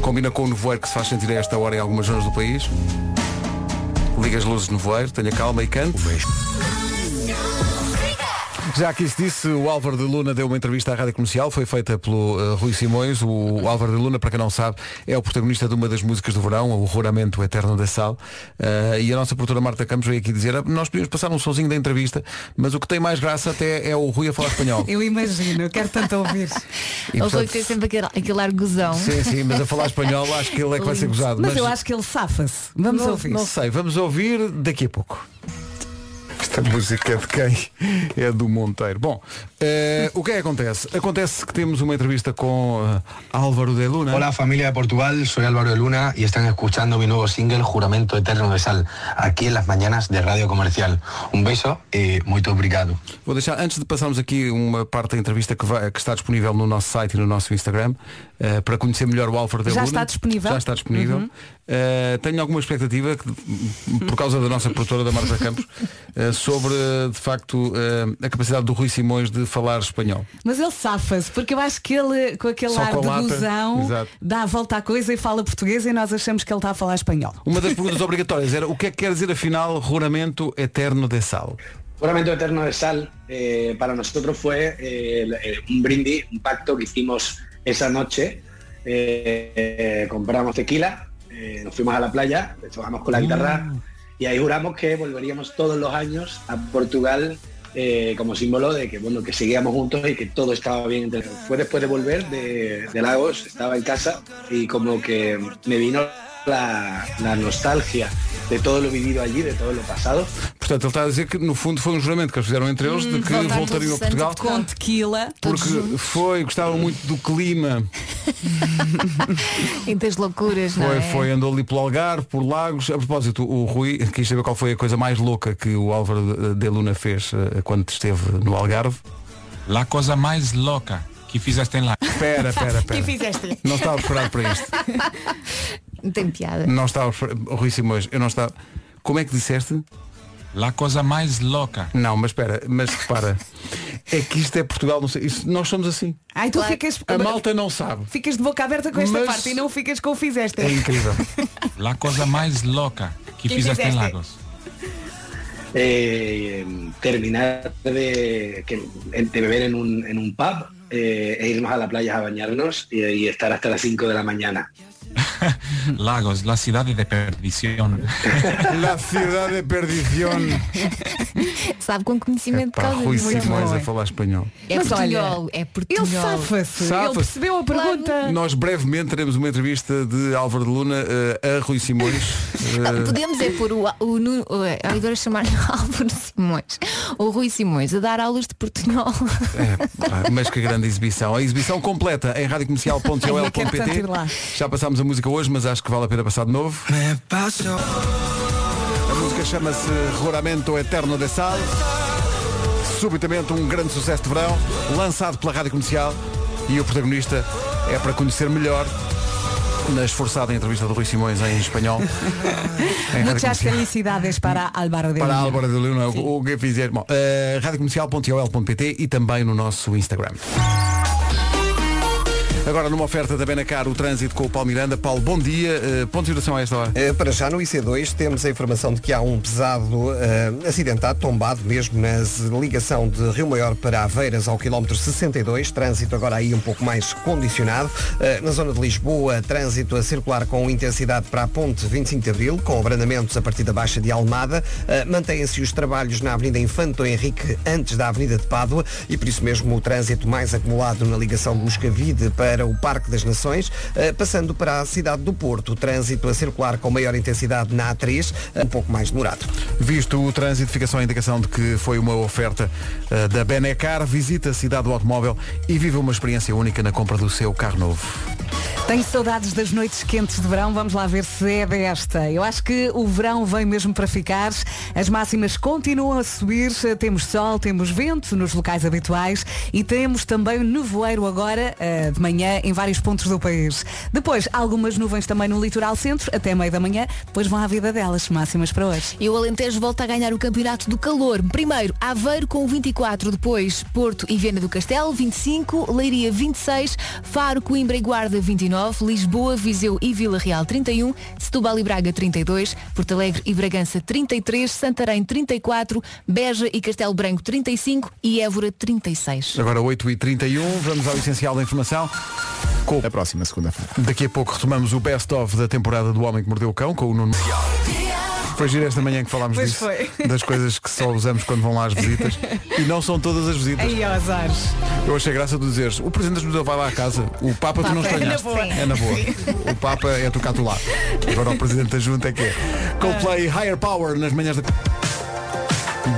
Speaker 2: Combina com o nevoeiro que se faz sentir a esta hora em algumas zonas do país. Liga as luzes no nevoeiro, tenha calma e cante. Já que isso disse, o Álvaro de Luna deu uma entrevista à Rádio Comercial, foi feita pelo eh, Rui Simões. O, Álvaro de Luna, para quem não sabe, é o protagonista de uma das músicas do verão, O Roramento Eterno da Sal. Eh, e a nossa produtora Marta Campos veio aqui dizer, "Ah, nós podíamos passar um sozinho da entrevista, mas o que tem mais graça até é o Rui a falar espanhol.
Speaker 4: Eu imagino, eu quero tanto ouvir.
Speaker 2: E,
Speaker 5: Ou foi
Speaker 2: portanto,
Speaker 5: que tem sempre aquele, aquele arguzão.
Speaker 2: Sim, sim, mas a falar espanhol acho que ele é que vai ser gozado.
Speaker 4: Mas eu acho que ele safa-se. Vamos
Speaker 2: não,
Speaker 4: ouvir.
Speaker 2: não sei, vamos ouvir daqui a pouco. Esta música é de quem? É do Monteiro. Bom, eh, o que é que acontece? Acontece que temos uma entrevista com eh, Álvaro de Luna.
Speaker 7: Hola familia de Portugal, soy Álvaro de Luna y están escuchando mi nuevo single Juramento Eterno de Sal, aquí en las mañanas de Radio Comercial. Un beso y muy obrigado.
Speaker 2: Vou deixar, antes de passarmos aqui uma parte da entrevista que, vai- que está disponível no nosso site e no nosso Instagram, eh, para conhecer melhor o Álvaro de
Speaker 4: Já
Speaker 2: Luna.
Speaker 4: está disponível? Uhum.
Speaker 2: Já está disponível. Eh, tenho alguma expectativa, que, por causa da nossa produtora, da Marta Campos, eh, sobre, de facto, eh, a capacidade do Rui Simões de falar espanhol.
Speaker 4: Mas ele safa-se, porque eu acho que ele, com aquele
Speaker 2: Só
Speaker 4: ar
Speaker 2: com a
Speaker 4: de
Speaker 2: lata.
Speaker 4: ilusão,
Speaker 2: Exato.
Speaker 4: dá a volta à coisa e fala português e nós achamos que ele está a falar espanhol.
Speaker 2: Uma das perguntas obrigatórias era o que é que quer dizer afinal juramento eterno de sal?
Speaker 9: Juramento Eterno de Sal eh, para nosotros fue eh, el- eh, un brindis, un pacto que hicimos esa noche. Eh, eh, compramos tequila, eh, nos fuimos a la playa, tocamos con la guitarra y ahí juramos que volveríamos todos los años a Portugal eh, como símbolo de que bueno que seguíamos juntos y que todo estaba bien. Entonces, fue después de volver de, de Lagos, estaba en casa y como que me vino la, la nostalgia de todo lo vivido allí, de todo lo pasado.
Speaker 2: Portanto, ele está a dizer que no fundo foi um juramento que eles fizeram entre eles de que
Speaker 5: Hum, voltar
Speaker 2: voltariam a
Speaker 5: todos os anos a
Speaker 2: Portugal.
Speaker 5: Portugal.
Speaker 4: Com tequila.
Speaker 2: Porque foi, gostavam muito do clima.
Speaker 5: E das loucuras, não
Speaker 2: Foi,
Speaker 5: é?
Speaker 2: foi, andou ali pelo Algarve, por Lagos. A propósito, o Rui quis saber qual foi a coisa mais louca que o Álvaro de Luna fez eh, quando esteve no Algarve.
Speaker 8: La coisa mais louca que fizeste em lá.
Speaker 2: Espera, espera, espera.
Speaker 4: fizeste?
Speaker 2: Não estava preparado para isto.
Speaker 5: Não Tem piada.
Speaker 2: Não estava preparado. Rui Simões, eu não estava. Como é que disseste?
Speaker 8: La coisa mais louca.
Speaker 2: Não, mas espera, mas repara. É que isto é Portugal, não sei. Isso, nós somos assim.
Speaker 4: Ai, tu
Speaker 5: Claro.
Speaker 4: ficas,
Speaker 2: A malta não sabe.
Speaker 4: ficas de boca aberta com esta
Speaker 2: Mas-
Speaker 4: parte e não ficas com o fizeste.
Speaker 2: É incrível.
Speaker 8: La coisa mais louca que
Speaker 4: Que
Speaker 8: fizeste em
Speaker 4: fizeste?
Speaker 8: Lagos.
Speaker 9: eh, terminar de, que- de beber en un, en un pub eh, e irnos a la playa a bañarnos y, y estar hasta las 5 de la mañana.
Speaker 8: Lagos, la cidade de perdição.
Speaker 2: La cidade é de perdição.
Speaker 5: Sabe com conhecimento de
Speaker 2: Pá,
Speaker 5: causa.
Speaker 2: Rui
Speaker 5: Muito
Speaker 2: Simões
Speaker 5: bom.
Speaker 2: a falar espanhol.
Speaker 5: É
Speaker 4: Mas
Speaker 5: portunhol, é
Speaker 4: Ele
Speaker 5: portunhol.
Speaker 4: safa-se. Ele
Speaker 2: Safa-se.
Speaker 4: percebeu a pergunta.
Speaker 2: Nós brevemente teremos uma entrevista de Álvaro de Luna eh, a Rui Simões.
Speaker 5: Não,
Speaker 2: eh,
Speaker 5: Podemos é pôr o, o, Nuno- o, eu adoro chamar-lhe Álvaro Simões, ou Rui Simões, a dar aulas de portunhol.
Speaker 2: é, pá, mas que grande exibição. A exibição completa em
Speaker 4: Eu quero tanto
Speaker 2: radiocomercial.ol.pt
Speaker 4: ir lá.
Speaker 2: Já passámos a música hoje, mas acho que vale a pena passar de novo. A música chama-se Roramento Eterno de Sal. Subitamente um grande sucesso de verão, lançado pela Rádio Comercial e o protagonista é para conhecer melhor na esforçada entrevista do Rui Simões em espanhol. em Rádio
Speaker 4: Muchas
Speaker 2: Comercial.
Speaker 4: felicidades para Álvaro de
Speaker 2: Para
Speaker 4: Lima.
Speaker 2: Álvaro de Luna, o que fizer. Bom, eh, radiocomercial.ol.pt e também no nosso Instagram. Agora numa oferta da Benacar, o trânsito com o Paulo Miranda. Paulo, bom dia. Eh, ponto de situação a esta hora.
Speaker 3: Eh, Para já no IC2 temos a informação de que há um pesado eh, acidentado, tombado mesmo na z- ligação de Rio Maior para Aveiras ao quilómetro 62, trânsito agora aí um pouco mais condicionado. Eh, na zona de Lisboa, trânsito a circular com intensidade para a ponte 25 de Abril, com abrandamentos a partir da Baixa de Almada. Eh, Mantêm-se os trabalhos na Avenida Infanto Henrique antes da Avenida de Pádua e por isso mesmo o trânsito mais acumulado na ligação de Moscavide para para o Parque das Nações, eh, passando para a cidade do Porto. O trânsito a circular com maior intensidade na A3, um pouco mais demorado.
Speaker 2: Visto o trânsito, fica só a indicação de que foi uma oferta eh, da Benecar. Visita a cidade do automóvel e vive uma experiência única na compra do seu carro novo.
Speaker 4: Tenho saudades das noites quentes de verão, vamos lá ver se é desta. Eu acho que o verão vem mesmo para ficar, as máximas continuam a subir, temos sol, temos vento nos locais habituais e temos também nevoeiro agora eh, de manhã em vários pontos do país. Depois, algumas nuvens também no litoral centro, até meio da manhã, depois vão à vida delas, máximas para hoje.
Speaker 5: E o Alentejo volta a ganhar o campeonato do calor. Primeiro, Aveiro com 24, depois Porto e Viana do Castelo, 25, Leiria 26, Faro, Coimbra e Guarda 29, Lisboa, Viseu e Vila Real 31, Setúbal e Braga 32, Porto Alegre e Bragança 33, Santarém 34, Beja e Castelo Branco 35 e Évora 36.
Speaker 2: Agora 8h31, vamos ao essencial da informação. Com a próxima segunda-feira. Daqui a pouco retomamos o best-of da temporada do Homem que Mordeu o Cão com o Nuno. Foi giro esta manhã que falámos
Speaker 4: Pois
Speaker 2: disso,
Speaker 4: foi.
Speaker 2: das coisas que só usamos quando vão lá às visitas. E não são todas as visitas.
Speaker 4: Aí aos ares.
Speaker 2: Eu achei graça tu dizeres, o Presidente da Ajuda vai lá à casa, o Papa tu não
Speaker 4: Papa é na
Speaker 2: estranhaste.
Speaker 4: boa.
Speaker 2: É na boa. O Papa é tu cá tu lá. Agora o Presidente da Junta é que é. Coldplay
Speaker 4: Ah.
Speaker 2: Higher Power nas manhãs da...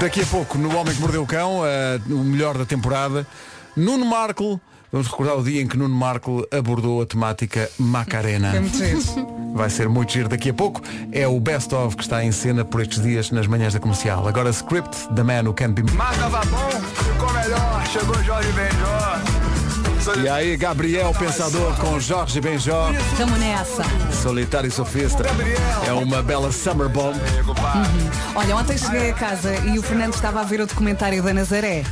Speaker 2: Daqui a pouco, no Homem que Mordeu o Cão, eh, o melhor da temporada, Nuno Marco, vamos recordar o dia em que Nuno Marco abordou a temática Macarena.
Speaker 4: Foi muito giro.
Speaker 2: Vai ser muito giro daqui a pouco. É o best of que está em cena por estes dias nas manhãs da comercial. Agora script da Man Who Can't Be
Speaker 11: Tava bom, ficou melhor, chegou Jorge Benjó.
Speaker 2: E aí, Gabriel Pensador com Jorge Benjó,
Speaker 4: Estamos nessa.
Speaker 2: solitário sofista. É uma bela summer bomb.
Speaker 4: Olha, ontem cheguei a casa e o Fernando estava a ver o documentário da Nazaré.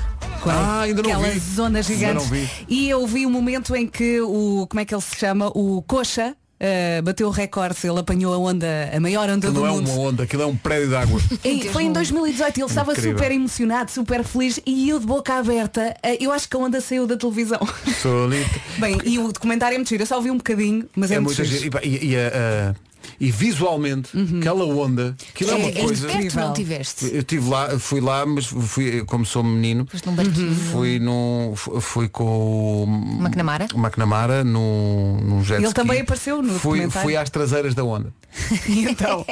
Speaker 4: Com
Speaker 2: Ah, ainda não
Speaker 4: aquelas
Speaker 2: vi.
Speaker 4: zonas
Speaker 2: Ainda não
Speaker 4: gigantes.
Speaker 2: vi.
Speaker 4: E eu vi o momento em que o, como é que ele se chama? O Coxa eh, bateu o recorde, ele apanhou a onda, a maior onda
Speaker 2: Aquilo
Speaker 4: do
Speaker 2: não é
Speaker 4: mundo.
Speaker 2: uma onda, aquilo é um prédio de água.
Speaker 4: E foi em 2018, ele estava
Speaker 2: Incrível.
Speaker 4: super emocionado, super feliz e eu de boca aberta, eh, eu acho que a onda saiu da televisão.
Speaker 2: Solito.
Speaker 4: Bem, e o documentário é muito giro, eu só vi um bocadinho, mas é,
Speaker 2: É
Speaker 4: muito
Speaker 2: muita
Speaker 4: giro.
Speaker 2: gente. E, pá, e- e, ah, ah, e visualmente,
Speaker 4: Uhum.
Speaker 2: aquela onda, aquilo é,
Speaker 5: É,
Speaker 2: uma
Speaker 5: és de
Speaker 2: coisa.
Speaker 5: perto não tiveste.
Speaker 2: Eu estive lá, fui lá, mas fui, como sou menino,
Speaker 5: Foste num barquinho.
Speaker 2: fui, num, fu- fui com o
Speaker 5: McNamara?
Speaker 2: McNamara num, num jet
Speaker 4: Ele
Speaker 2: ski.
Speaker 4: também apareceu no
Speaker 2: fui,
Speaker 4: documentário.
Speaker 2: fui às traseiras da onda.
Speaker 4: E então,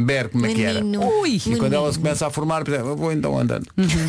Speaker 2: Berg como é que era.
Speaker 5: Menino.
Speaker 4: Ui.
Speaker 2: E quando ela se começa a formar, por exemplo, eu vou então andando.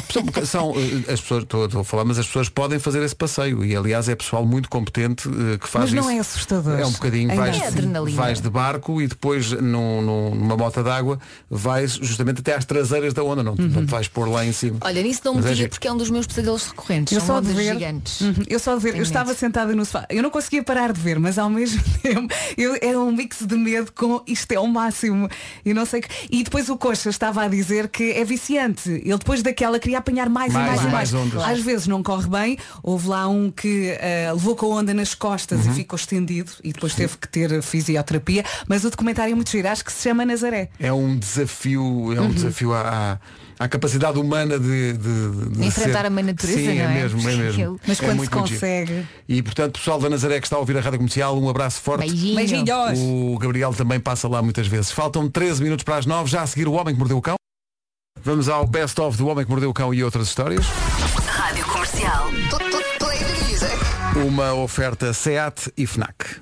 Speaker 2: São- porque São, eh, as pessoas, estou, estou a falar, mas as pessoas podem fazer esse passeio. E aliás é pessoal muito competente eh, que faz
Speaker 4: Mas não
Speaker 2: isso.
Speaker 4: é assustador.
Speaker 2: É um bocadinho,
Speaker 4: Ainda
Speaker 2: vais,
Speaker 4: assim.
Speaker 5: É adrenalina.
Speaker 2: vais de barco e depois num- num- numa bota d'água vais justamente até às traseiras da onda, não, te- não te vais pôr lá em cima.
Speaker 5: Olha, nisso não me
Speaker 2: Mas é
Speaker 5: diga
Speaker 2: giro.
Speaker 5: porque é um dos meus pesadelos recorrentes.
Speaker 4: Eu
Speaker 5: São
Speaker 4: só de
Speaker 5: ondas
Speaker 4: ver,
Speaker 5: gigantes.
Speaker 4: Uhum, eu só de ver, eu
Speaker 5: medo.
Speaker 4: estava sentada no sofá. Eu não conseguia parar de ver, mas ao mesmo tempo eu, era um mix de medo com isto é o máximo. Eu não sei que... E depois o Coxa estava a dizer que é viciante. Ele depois daquela queria apanhar mais,
Speaker 2: Mais
Speaker 4: e mais
Speaker 2: e
Speaker 4: e
Speaker 2: mais
Speaker 4: mais.
Speaker 2: ondas.
Speaker 4: Às vezes não corre bem. Houve lá um que ah, levou com a onda nas costas
Speaker 2: Uhum.
Speaker 4: e ficou estendido e depois teve que ter fisioterapia. Mas o documentário é muito giro, acho que se chama Nazaré.
Speaker 2: É um desafio, é um desafio à, à, à capacidade humana de, de- de
Speaker 5: Enfrentar
Speaker 2: ser.
Speaker 5: a mãe natureza,
Speaker 2: Sim, é
Speaker 5: não é?
Speaker 2: mesmo, é mesmo.
Speaker 4: Mas
Speaker 2: É
Speaker 4: quando
Speaker 2: muito,
Speaker 4: se
Speaker 2: muito giro.
Speaker 4: consegue.
Speaker 2: E portanto, pessoal da Nazaré que está a ouvir a Rádio Comercial, um abraço forte.
Speaker 5: Beijinho.
Speaker 4: Beijinhos!
Speaker 2: O Gabriel também passa lá muitas vezes. Faltam 13 minutos para as 9, já a seguir o Homem que Mordeu o Cão. Vamos ao Best of do Homem que Mordeu o Cão e outras histórias.
Speaker 10: Rádio Comercial. Play the music.
Speaker 2: Uma oferta SEAT e FNAC.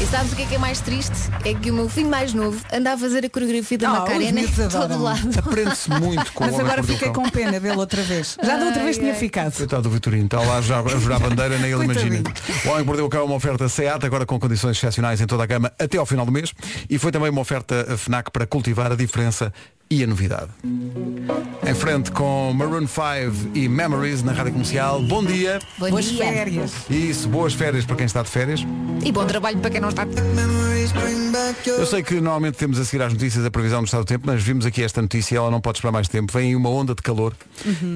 Speaker 5: E sabes o que é que é mais triste? É que o meu filho mais novo anda a fazer a coreografia da
Speaker 4: Ah,
Speaker 5: Macarena
Speaker 4: os
Speaker 5: em
Speaker 4: miúdos
Speaker 5: todo
Speaker 4: adoram.
Speaker 5: lado.
Speaker 2: Aprende-se muito com o Homem
Speaker 4: Mas
Speaker 2: que
Speaker 4: agora
Speaker 2: Mordeu o
Speaker 4: fiquei
Speaker 2: Cão.
Speaker 4: com pena dele outra vez. Já da outra vez
Speaker 5: Ai,
Speaker 4: tinha
Speaker 5: ai.
Speaker 4: ficado.
Speaker 2: Coitado do Vitorino, está lá já a jurar a bandeira, nem ele imagina. O Homem que Mordeu o Cão é uma oferta SEAT, agora com condições excepcionais em toda a gama até ao final do mês. E foi também uma oferta FNAC para cultivar a diferença e a novidade. Em frente com Maroon 5 e Memories na Rádio Comercial. Bom dia.
Speaker 5: Bom
Speaker 4: Boas
Speaker 5: dia.
Speaker 4: férias.
Speaker 2: Isso, boas férias para quem está de férias.
Speaker 5: E bom trabalho para quem não está.
Speaker 2: Eu sei que normalmente temos a seguir às notícias a previsão do estado do tempo, mas vimos aqui esta notícia e ela não pode esperar mais tempo. Vem uma onda de calor,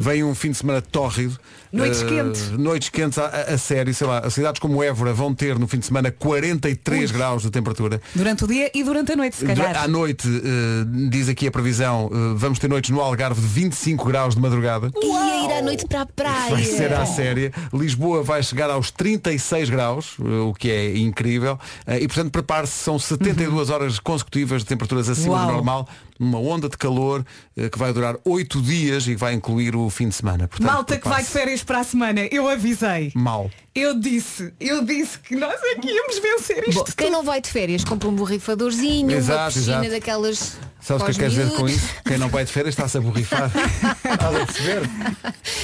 Speaker 2: vem um fim de semana tórrido.
Speaker 4: Uhum. Noites
Speaker 2: eh,
Speaker 4: quentes.
Speaker 2: Noites quentes a, a- a sério, sei lá. As cidades como Évora vão ter no fim de semana 43 graus de temperatura.
Speaker 4: Durante o dia e durante a noite, se
Speaker 2: Dura-
Speaker 4: calhar.
Speaker 2: À noite, eh, diz aqui a previsão, eh, vamos ter noites no Algarve de 25 graus de madrugada.
Speaker 5: Ia ir à noite para a praia.
Speaker 12: é.
Speaker 2: Vai ser à séria. Lisboa vai chegar aos 36 graus, eh, o que é
Speaker 12: Uhum.
Speaker 2: incrível. Eh, E portanto prepare-se, são 72 horas consecutivas de temperaturas acima
Speaker 4: Uau.
Speaker 2: do normal uma onda de calor eh, que vai durar oito dias e que vai incluir o fim de semana. Portanto,
Speaker 12: Malta que vai de
Speaker 2: prepare-se
Speaker 12: férias para a semana, eu avisei.
Speaker 2: Mal.
Speaker 12: Eu disse, eu disse que nós aqui íamos vencer isto.
Speaker 5: Bom, quem não vai de férias compra um borrifadorzinho, uma
Speaker 2: Exato,
Speaker 5: piscina
Speaker 2: exato.
Speaker 5: daquelas.
Speaker 2: Sabes o que é que
Speaker 5: para
Speaker 2: queres
Speaker 5: os
Speaker 2: dizer com
Speaker 5: miúdos.
Speaker 2: isso? Quem não vai de férias está-se a borrifar. Estás a perceber?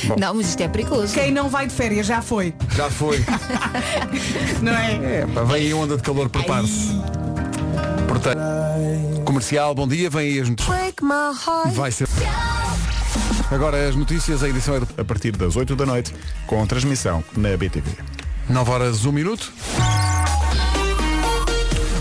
Speaker 2: Bom.
Speaker 5: Não, mas isto é perigoso.
Speaker 12: Quem não vai de férias já foi,
Speaker 2: Já foi.
Speaker 12: não é?
Speaker 2: É, pá, vem aí a onda de calor, prepare-se. Portanto, comercial, bom dia, vem aí as notícias. Vai ser. Agora as notícias, a edição é do...
Speaker 13: A partir das 8 da noite, com transmissão na BTV.
Speaker 2: 9 horas, 1 minuto.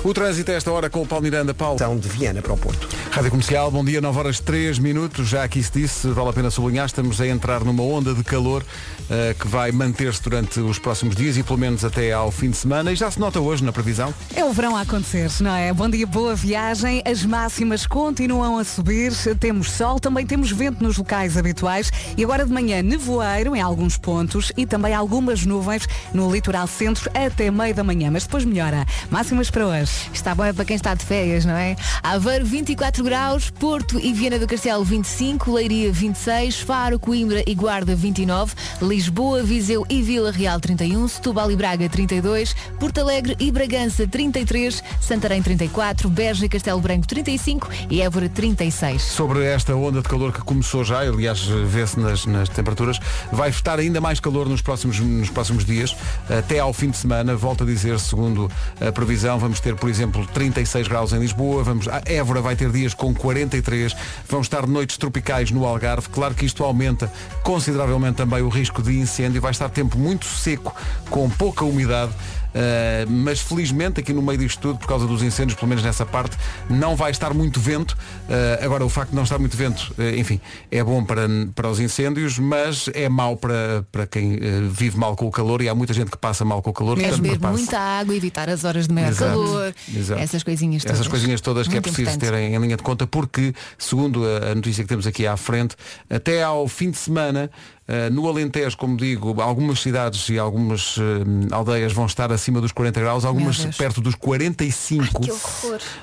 Speaker 2: O trânsito a esta hora com o Paulo Miranda. Paulo. São
Speaker 3: de Viana para o Porto.
Speaker 2: Rádio Comercial, bom dia, 9 horas 3 minutos. Já aqui se disse, vale a pena sublinhar, estamos a entrar numa onda de calor eh, que vai manter-se durante os próximos dias e pelo menos até ao fim de semana. E já se nota hoje na previsão.
Speaker 4: É o verão a acontecer, não é? Bom dia, boa viagem. As máximas continuam a subir. Temos sol, também temos vento nos locais habituais. E agora de manhã, nevoeiro em alguns pontos e também algumas nuvens no litoral centro até meio da manhã. Mas depois melhora. Máximas para hoje.
Speaker 5: Está bom é para quem está de férias, não é? Aveiro 24 graus, Porto e Viana do Castelo 25, Leiria 26, Faro, Coimbra e Guarda 29, Lisboa, Viseu e Vila Real 31, Setúbal e Braga 32, Porto Alegre e Bragança 33, Santarém 34, Beja e Castelo Branco 35 e Évora 36.
Speaker 2: Sobre esta onda de calor que começou já, e, aliás, vê-se nas, nas temperaturas, vai estar ainda mais calor nos próximos, nos próximos dias, até ao fim de semana. Volto a dizer, segundo a previsão, vamos ter, por exemplo, 36 graus em Lisboa, vamos, a Évora vai ter dias com 43, vão estar noites tropicais no Algarve. Claro que isto aumenta consideravelmente também o risco de incêndio, vai estar tempo muito seco, com pouca umidade. Uh, mas felizmente aqui no meio disto tudo, por causa dos incêndios, pelo menos nessa parte, não vai estar muito vento. Uh, agora, o facto de não estar muito vento, eh, enfim, é bom para, para os incêndios, mas é mau para, para quem eh, vive mal com o calor e há muita gente que passa mal com o calor.
Speaker 5: É
Speaker 2: portanto,
Speaker 5: beber
Speaker 2: prepare-se.
Speaker 5: muita água, evitar as horas de maior
Speaker 2: Exato,
Speaker 5: calor,
Speaker 2: exato.
Speaker 5: essas coisinhas todas.
Speaker 2: Essas coisinhas todas que é
Speaker 5: Muito
Speaker 2: preciso
Speaker 5: importante.
Speaker 2: terem em linha de conta, porque, segundo a, a notícia que temos aqui à frente, até ao fim de semana, eh, no Alentejo, como digo, algumas cidades e algumas eh, aldeias vão estar acima dos 40 graus, algumas
Speaker 14: Deus.
Speaker 2: perto dos 45.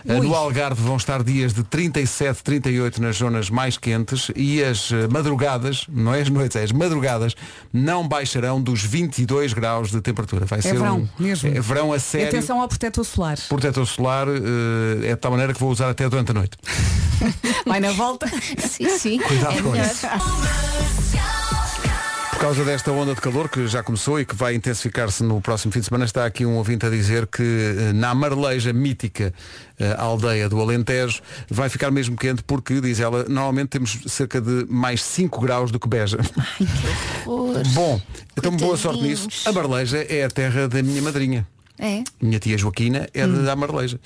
Speaker 2: Eh,
Speaker 14: Ui.
Speaker 2: no Algarve vão estar dias de 37, 38 nas zonas mais quentes e as eh, madrugadas, não é as noites, é as madrugadas, não baixarão dos 22 graus de temperatura. Vai
Speaker 4: É
Speaker 2: ser
Speaker 4: verão,
Speaker 2: um,
Speaker 4: mesmo.
Speaker 2: É verão a sério
Speaker 4: Atenção ao protetor solar.
Speaker 2: protetor solar eh, é de tal maneira que vou usar até durante a noite.
Speaker 4: Vai na volta.
Speaker 2: É
Speaker 5: sim, sim.
Speaker 2: Cuidado
Speaker 4: É
Speaker 2: com
Speaker 4: melhor.
Speaker 2: isso. Por causa desta onda de calor que já começou e que vai intensificar-se no próximo fim de semana, está aqui um ouvinte a dizer que eh, na Marleja mítica eh, aldeia do Alentejo vai ficar mesmo quente porque, diz ela, normalmente temos cerca de mais 5 graus do que Beja. Bom, então boa sorte nisso. A Marleja é a terra da minha madrinha.
Speaker 5: É.
Speaker 2: Minha tia Joaquina é
Speaker 4: Hum.
Speaker 2: de da Marleja.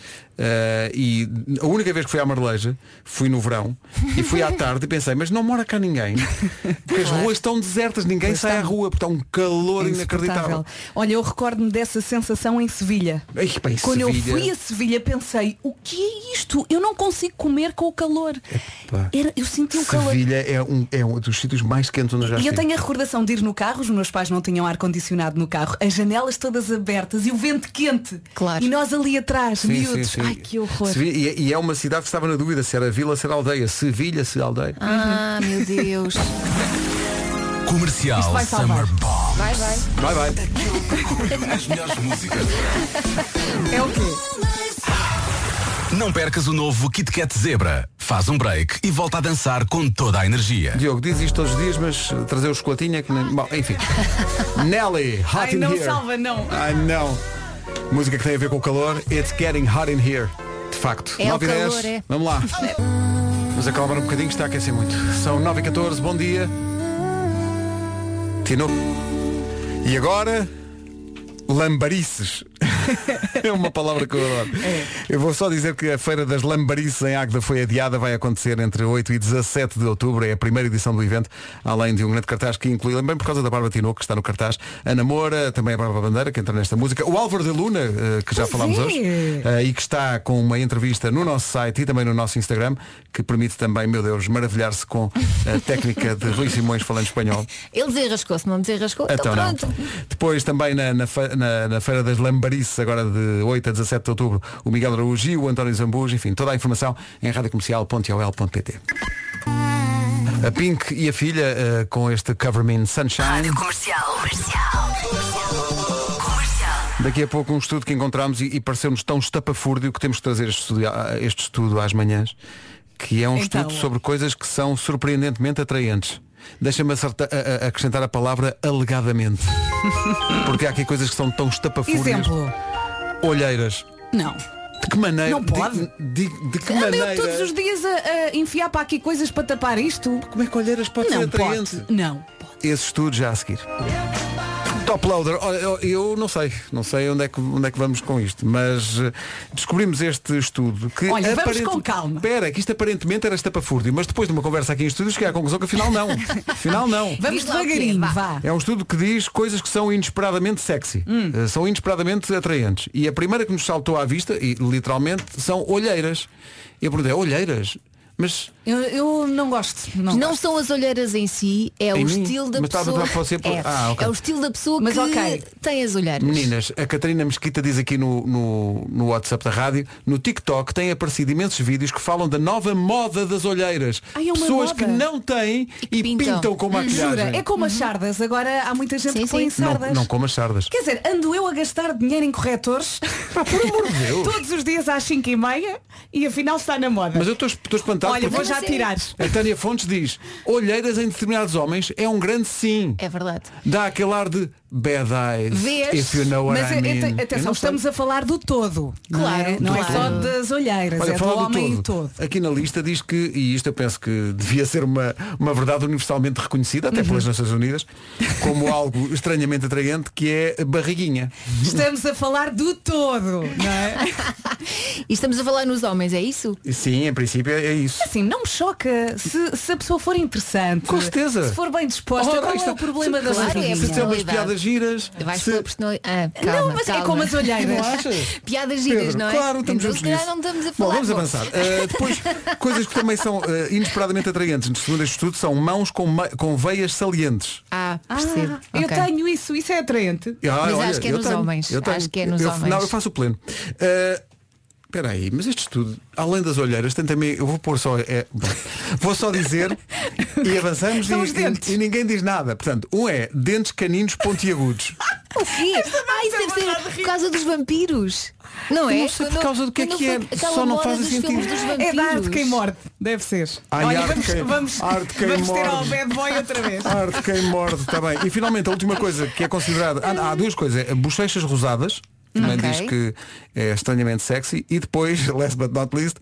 Speaker 2: Eh, e a única vez que fui à Marleja, fui no verão, e fui à tarde e pensei, mas não mora cá ninguém. Porque as ruas estão desertas, ninguém
Speaker 4: Pois
Speaker 2: sai
Speaker 4: está.
Speaker 2: à rua, porque está um calor inacreditável.
Speaker 4: Insuportável. Olha, eu recordo-me dessa sensação em Sevilha.
Speaker 2: Ei, pá, em
Speaker 4: Quando
Speaker 2: Sevilha.
Speaker 4: eu fui a Sevilha pensei, o que é isto? Eu não consigo comer com o calor.
Speaker 2: Pá.
Speaker 4: Era- eu senti um calor.
Speaker 2: Sevilha é um, é um dos sítios mais quentes onde eu já
Speaker 4: E eu
Speaker 2: estive.
Speaker 4: tenho a recordação de ir no carro, os meus pais não tinham ar-condicionado no carro, as janelas todas abertas e o vento quente. Claro. E nós ali atrás,
Speaker 2: Sim,
Speaker 4: miúdos.
Speaker 2: sim, sim.
Speaker 4: Ai, que horror.
Speaker 2: Sevilha- e, e é uma cidade que estava na dúvida se era vila, se era aldeia. Sevilha, se aldeia.
Speaker 5: Ah, meu Deus.
Speaker 8: Comercial
Speaker 5: Isto vai
Speaker 8: Summer
Speaker 5: salvar.
Speaker 8: Bomb.
Speaker 5: Vai, vai.
Speaker 2: Vai, vai.
Speaker 8: As melhores músicas.
Speaker 4: É o quê?
Speaker 8: Não percas o novo Kit Kat Zebra. Faz um break e volta a dançar com toda a energia.
Speaker 2: Diogo, diz isto todos os dias, mas eh, trazer o chocolatinho é que... nem- Bom, enfim. Nelly, Hot
Speaker 4: Ai,
Speaker 2: in
Speaker 4: não
Speaker 2: Here.
Speaker 4: salva, não.
Speaker 2: Ai não. Música que tem a ver com o calor. It's getting hot in here. De facto.
Speaker 4: É o
Speaker 2: 9 e 10.
Speaker 4: calor, é.
Speaker 2: Vamos lá. Vamos acalmar um bocadinho, que está a aquecer muito. São 9 e 14, bom dia. Tino. E agora, lambarices. é uma palavra que eu adoro. Eu vou só dizer que a Feira das Lambarices em Águeda foi adiada, vai acontecer entre 8 e 17 de outubro, é a primeira edição do evento, além de um grande cartaz que inclui, também por causa da Bárbara Tinoco, que está no cartaz, a Namora, também a Bárbara Bandeira, que entra nesta música, o Álvaro de Luna, eh, que já falámos
Speaker 15: é.
Speaker 2: hoje, eh, e que está com uma entrevista no nosso site e também no nosso Instagram, que permite também, meu Deus, maravilhar-se com a técnica de Rui Simões falando espanhol.
Speaker 5: Ele desenrascou-se, não desenrascou? Então,
Speaker 2: Então não.
Speaker 5: pronto.
Speaker 2: Depois também na, na fe- na- na Feira das Lambarices Kiss, agora de 8 a 17 de outubro, o Miguel Araújo e o António Zambujo, enfim, toda a informação em radiocomercial.ol.pt. A Pink e a filha eh, com este Cover Me in Sunshine.
Speaker 10: Comercial. Comercial. Comercial.
Speaker 2: Daqui a pouco um estudo que encontramos e, e pareceu-nos tão estapafúrdio que temos que trazer este estudo, a- este estudo às manhãs, que é um
Speaker 14: Então.
Speaker 2: estudo sobre coisas que são surpreendentemente atraentes. Deixa-me acerta- a- a- acrescentar a palavra alegadamente. Porque há aqui coisas que são tão estapafúrdias.
Speaker 4: Exemplo.
Speaker 2: Olheiras.
Speaker 4: Não.
Speaker 2: De que maneira?
Speaker 4: Não pode.
Speaker 2: De, de- de que
Speaker 4: Ando
Speaker 2: maneira?
Speaker 4: eu todos os dias a, a enfiar para aqui coisas para tapar isto?
Speaker 2: Como é que olheiras pode
Speaker 4: não
Speaker 2: ser atraente?
Speaker 4: Pode. Não.
Speaker 2: Esse estudo já a seguir. Top Loader, olha, eu- eu não sei, não sei onde é que, onde é que vamos com isto, mas eh, descobrimos este estudo que
Speaker 4: Olha, vamos com calma.
Speaker 2: Espera, que isto aparentemente era estapafúrdio, mas depois de uma conversa aqui em estúdio cheguei à conclusão que afinal não. afinal não.
Speaker 4: Vamos devagarinho, vá.
Speaker 2: É um estudo que diz coisas que são inesperadamente sexy,
Speaker 4: Hum.
Speaker 2: eh, são inesperadamente atraentes. E a primeira que nos saltou à vista, e literalmente, são olheiras. E eu perguntei, "É olheiras? Mas
Speaker 4: Eu, eu não gosto. Não,
Speaker 5: Não são as olheiras em si, é
Speaker 2: Em
Speaker 5: o
Speaker 2: mim?
Speaker 5: estilo da
Speaker 2: Mas estava a
Speaker 5: pessoa.
Speaker 2: dar para você por-
Speaker 5: É.
Speaker 2: Ah, ok.
Speaker 5: É o estilo da pessoa
Speaker 4: Mas
Speaker 5: que
Speaker 4: ok.
Speaker 5: tem as olheiras.
Speaker 2: Meninas, a Catarina Mesquita diz aqui no, no, no WhatsApp da rádio, no TikTok têm aparecido imensos vídeos que falam da nova moda das olheiras.
Speaker 4: Ai, é uma
Speaker 2: Pessoas
Speaker 4: moda.
Speaker 2: que não têm e, pintam. com maquilhagem.
Speaker 4: Jura, é como as sardas. Agora há muita gente que põe
Speaker 2: não,
Speaker 4: sardas.
Speaker 2: não como as sardas.
Speaker 4: Quer dizer, ando eu a gastar dinheiro em corretores
Speaker 2: Deus.
Speaker 4: todos os dias às 5 e meia e afinal está na moda.
Speaker 2: Mas eu estou estou espantado.
Speaker 4: Olha,
Speaker 2: porque-
Speaker 4: vou já tirar.
Speaker 2: A Tânia Fontes diz, olheiras em determinados homens é um grande sim.
Speaker 5: É verdade.
Speaker 2: Dá aquele ar de bad eyes.
Speaker 4: Vês?
Speaker 2: If you know what
Speaker 4: Mas
Speaker 2: I
Speaker 4: eu- eu
Speaker 2: mean.
Speaker 4: te-
Speaker 2: Eu
Speaker 4: atenção,
Speaker 2: não sei.
Speaker 4: estamos a falar do todo.
Speaker 5: Claro,
Speaker 4: Não é, não
Speaker 2: claro.
Speaker 4: é só das olheiras,
Speaker 2: Olha,
Speaker 4: é do
Speaker 2: falar
Speaker 4: homem e todo.
Speaker 2: Aqui na lista diz que, e isto eu penso que devia ser uma, uma verdade universalmente reconhecida, até pelas
Speaker 4: Uhum.
Speaker 2: Nações Unidas, como algo estranhamente atraente, que é a barriguinha.
Speaker 4: Estamos a falar do todo, não é?
Speaker 5: E estamos a falar nos homens, é isso?
Speaker 2: Sim, em princípio é isso.
Speaker 4: Assim, não me choca se, se a pessoa for interessante.
Speaker 2: Com certeza.
Speaker 4: Se for bem disposta,
Speaker 2: Ora,
Speaker 4: qual
Speaker 2: isto-
Speaker 4: é o problema
Speaker 5: se-
Speaker 4: da
Speaker 5: claro, é
Speaker 4: barriguinha?
Speaker 5: a
Speaker 2: Oh, Se tem umas piadas giras.
Speaker 5: Vais
Speaker 2: se-
Speaker 5: pela personalidade. Ah, calma,
Speaker 4: Não, mas é
Speaker 5: calma. é?
Speaker 4: como as olheiras.
Speaker 2: Não achas?
Speaker 5: piadas giras,
Speaker 2: Pedro,
Speaker 5: não é?
Speaker 2: Claro, estamos
Speaker 5: Então,
Speaker 2: juntos
Speaker 5: se calhar
Speaker 2: nisso.
Speaker 5: não estamos a
Speaker 2: Bom,
Speaker 5: falar.
Speaker 2: vamos
Speaker 5: bom.
Speaker 2: avançar. Uh, depois, coisas que também são uh, inesperadamente atraentes, segundo este estudo, são mãos com, ma- com veias salientes.
Speaker 5: Ah,
Speaker 4: Ah,
Speaker 5: percebo.
Speaker 4: Eu
Speaker 5: Ok.
Speaker 4: tenho isso, isso é atraente.
Speaker 2: Ah,
Speaker 5: Mas
Speaker 2: olha,
Speaker 5: acho que é
Speaker 2: eu
Speaker 5: nos
Speaker 2: tenho,
Speaker 5: homens.
Speaker 2: eu tenho.
Speaker 5: Acho que é nos
Speaker 2: Eu-
Speaker 5: homens.
Speaker 2: Não, eu faço o pleno. Ah, Espera aí, mas este estudo, além das olheiras, tem também. Eu vou pôr só. é, bom, vou só dizer e avançamos e,
Speaker 4: São os
Speaker 2: e-
Speaker 4: dentes.
Speaker 2: e ninguém diz nada. Portanto, um é dentes caninos pontiagudos.
Speaker 5: O quê? Ah, isso deve ser por causa dos vampiros. Não é?
Speaker 2: Não sei por
Speaker 5: Quando-
Speaker 2: causa do que é
Speaker 5: quando
Speaker 2: que é,
Speaker 5: foi aquela
Speaker 2: só não
Speaker 5: moda
Speaker 2: faz
Speaker 5: dos
Speaker 2: sentido.
Speaker 5: filmes dos
Speaker 4: É da arte
Speaker 5: vampiros.
Speaker 4: quem morde, deve ser.
Speaker 2: Ai,
Speaker 4: Olha,
Speaker 2: arte
Speaker 4: vamos,
Speaker 2: quem-
Speaker 4: vamos,
Speaker 2: arte quem
Speaker 4: vamos ter
Speaker 2: morde.
Speaker 4: ao bad boy outra vez.
Speaker 2: Arte quem morde, está bem. E finalmente a última coisa que é considerada. Há, há duas coisas, é bochechas rosadas, também
Speaker 5: Ok.
Speaker 2: diz que é estranhamente sexy, e depois, last but not least,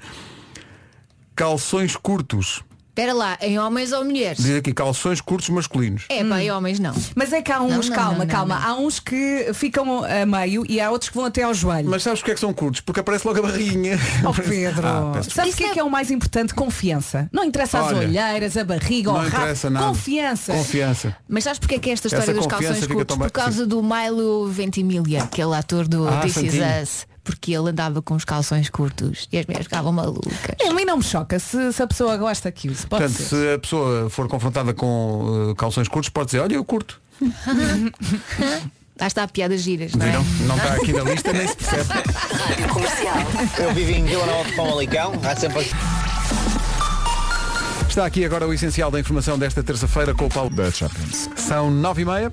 Speaker 2: calções curtos.
Speaker 5: Espera lá, em homens ou mulheres?
Speaker 2: Diz aqui calções curtos masculinos.
Speaker 5: É, pá,
Speaker 4: Hum.
Speaker 5: em homens não.
Speaker 4: Mas é que há uns,
Speaker 5: não,
Speaker 4: calma,
Speaker 5: não, não,
Speaker 4: calma, há uns que ficam a meio e há outros que vão até ao joelho.
Speaker 2: Mas sabes porque é que são curtos? Porque aparece logo a barriguinha.
Speaker 4: Oh Pedro,
Speaker 2: Ah, peço
Speaker 4: sabes o que é, que é o mais importante? Confiança. Não interessa as
Speaker 2: Olha,
Speaker 4: olheiras, a barriga, o
Speaker 2: não
Speaker 4: rabo.
Speaker 2: interessa nada.
Speaker 4: Confiança.
Speaker 2: Confiança.
Speaker 5: Mas sabes porque é que é esta
Speaker 2: Essa
Speaker 5: história dos
Speaker 2: confiança
Speaker 5: calções
Speaker 2: fica
Speaker 5: curtos?
Speaker 2: tão bem-
Speaker 5: Por causa do Milo Ventimiglia, aquele ator do
Speaker 2: Ah,
Speaker 5: This Is
Speaker 2: Santinho.
Speaker 5: Us, porque ele andava com os calções curtos e as mulheres ficavam malucas.
Speaker 4: É, A mim não me choca se, se a pessoa gosta que use. Pode
Speaker 2: Portanto,
Speaker 4: ser.
Speaker 2: se a pessoa for confrontada com eh, calções curtos, pode dizer, olha, eu curto.
Speaker 5: Lá está a piada giras, não é?
Speaker 2: Viram? Não está aqui na lista, nem se percebe.
Speaker 15: Eu vivo em Vila Nova de Famalicão, há sempre...
Speaker 2: Está aqui agora o essencial da informação desta terça-feira com o Paulo da Champions. São nove e meia.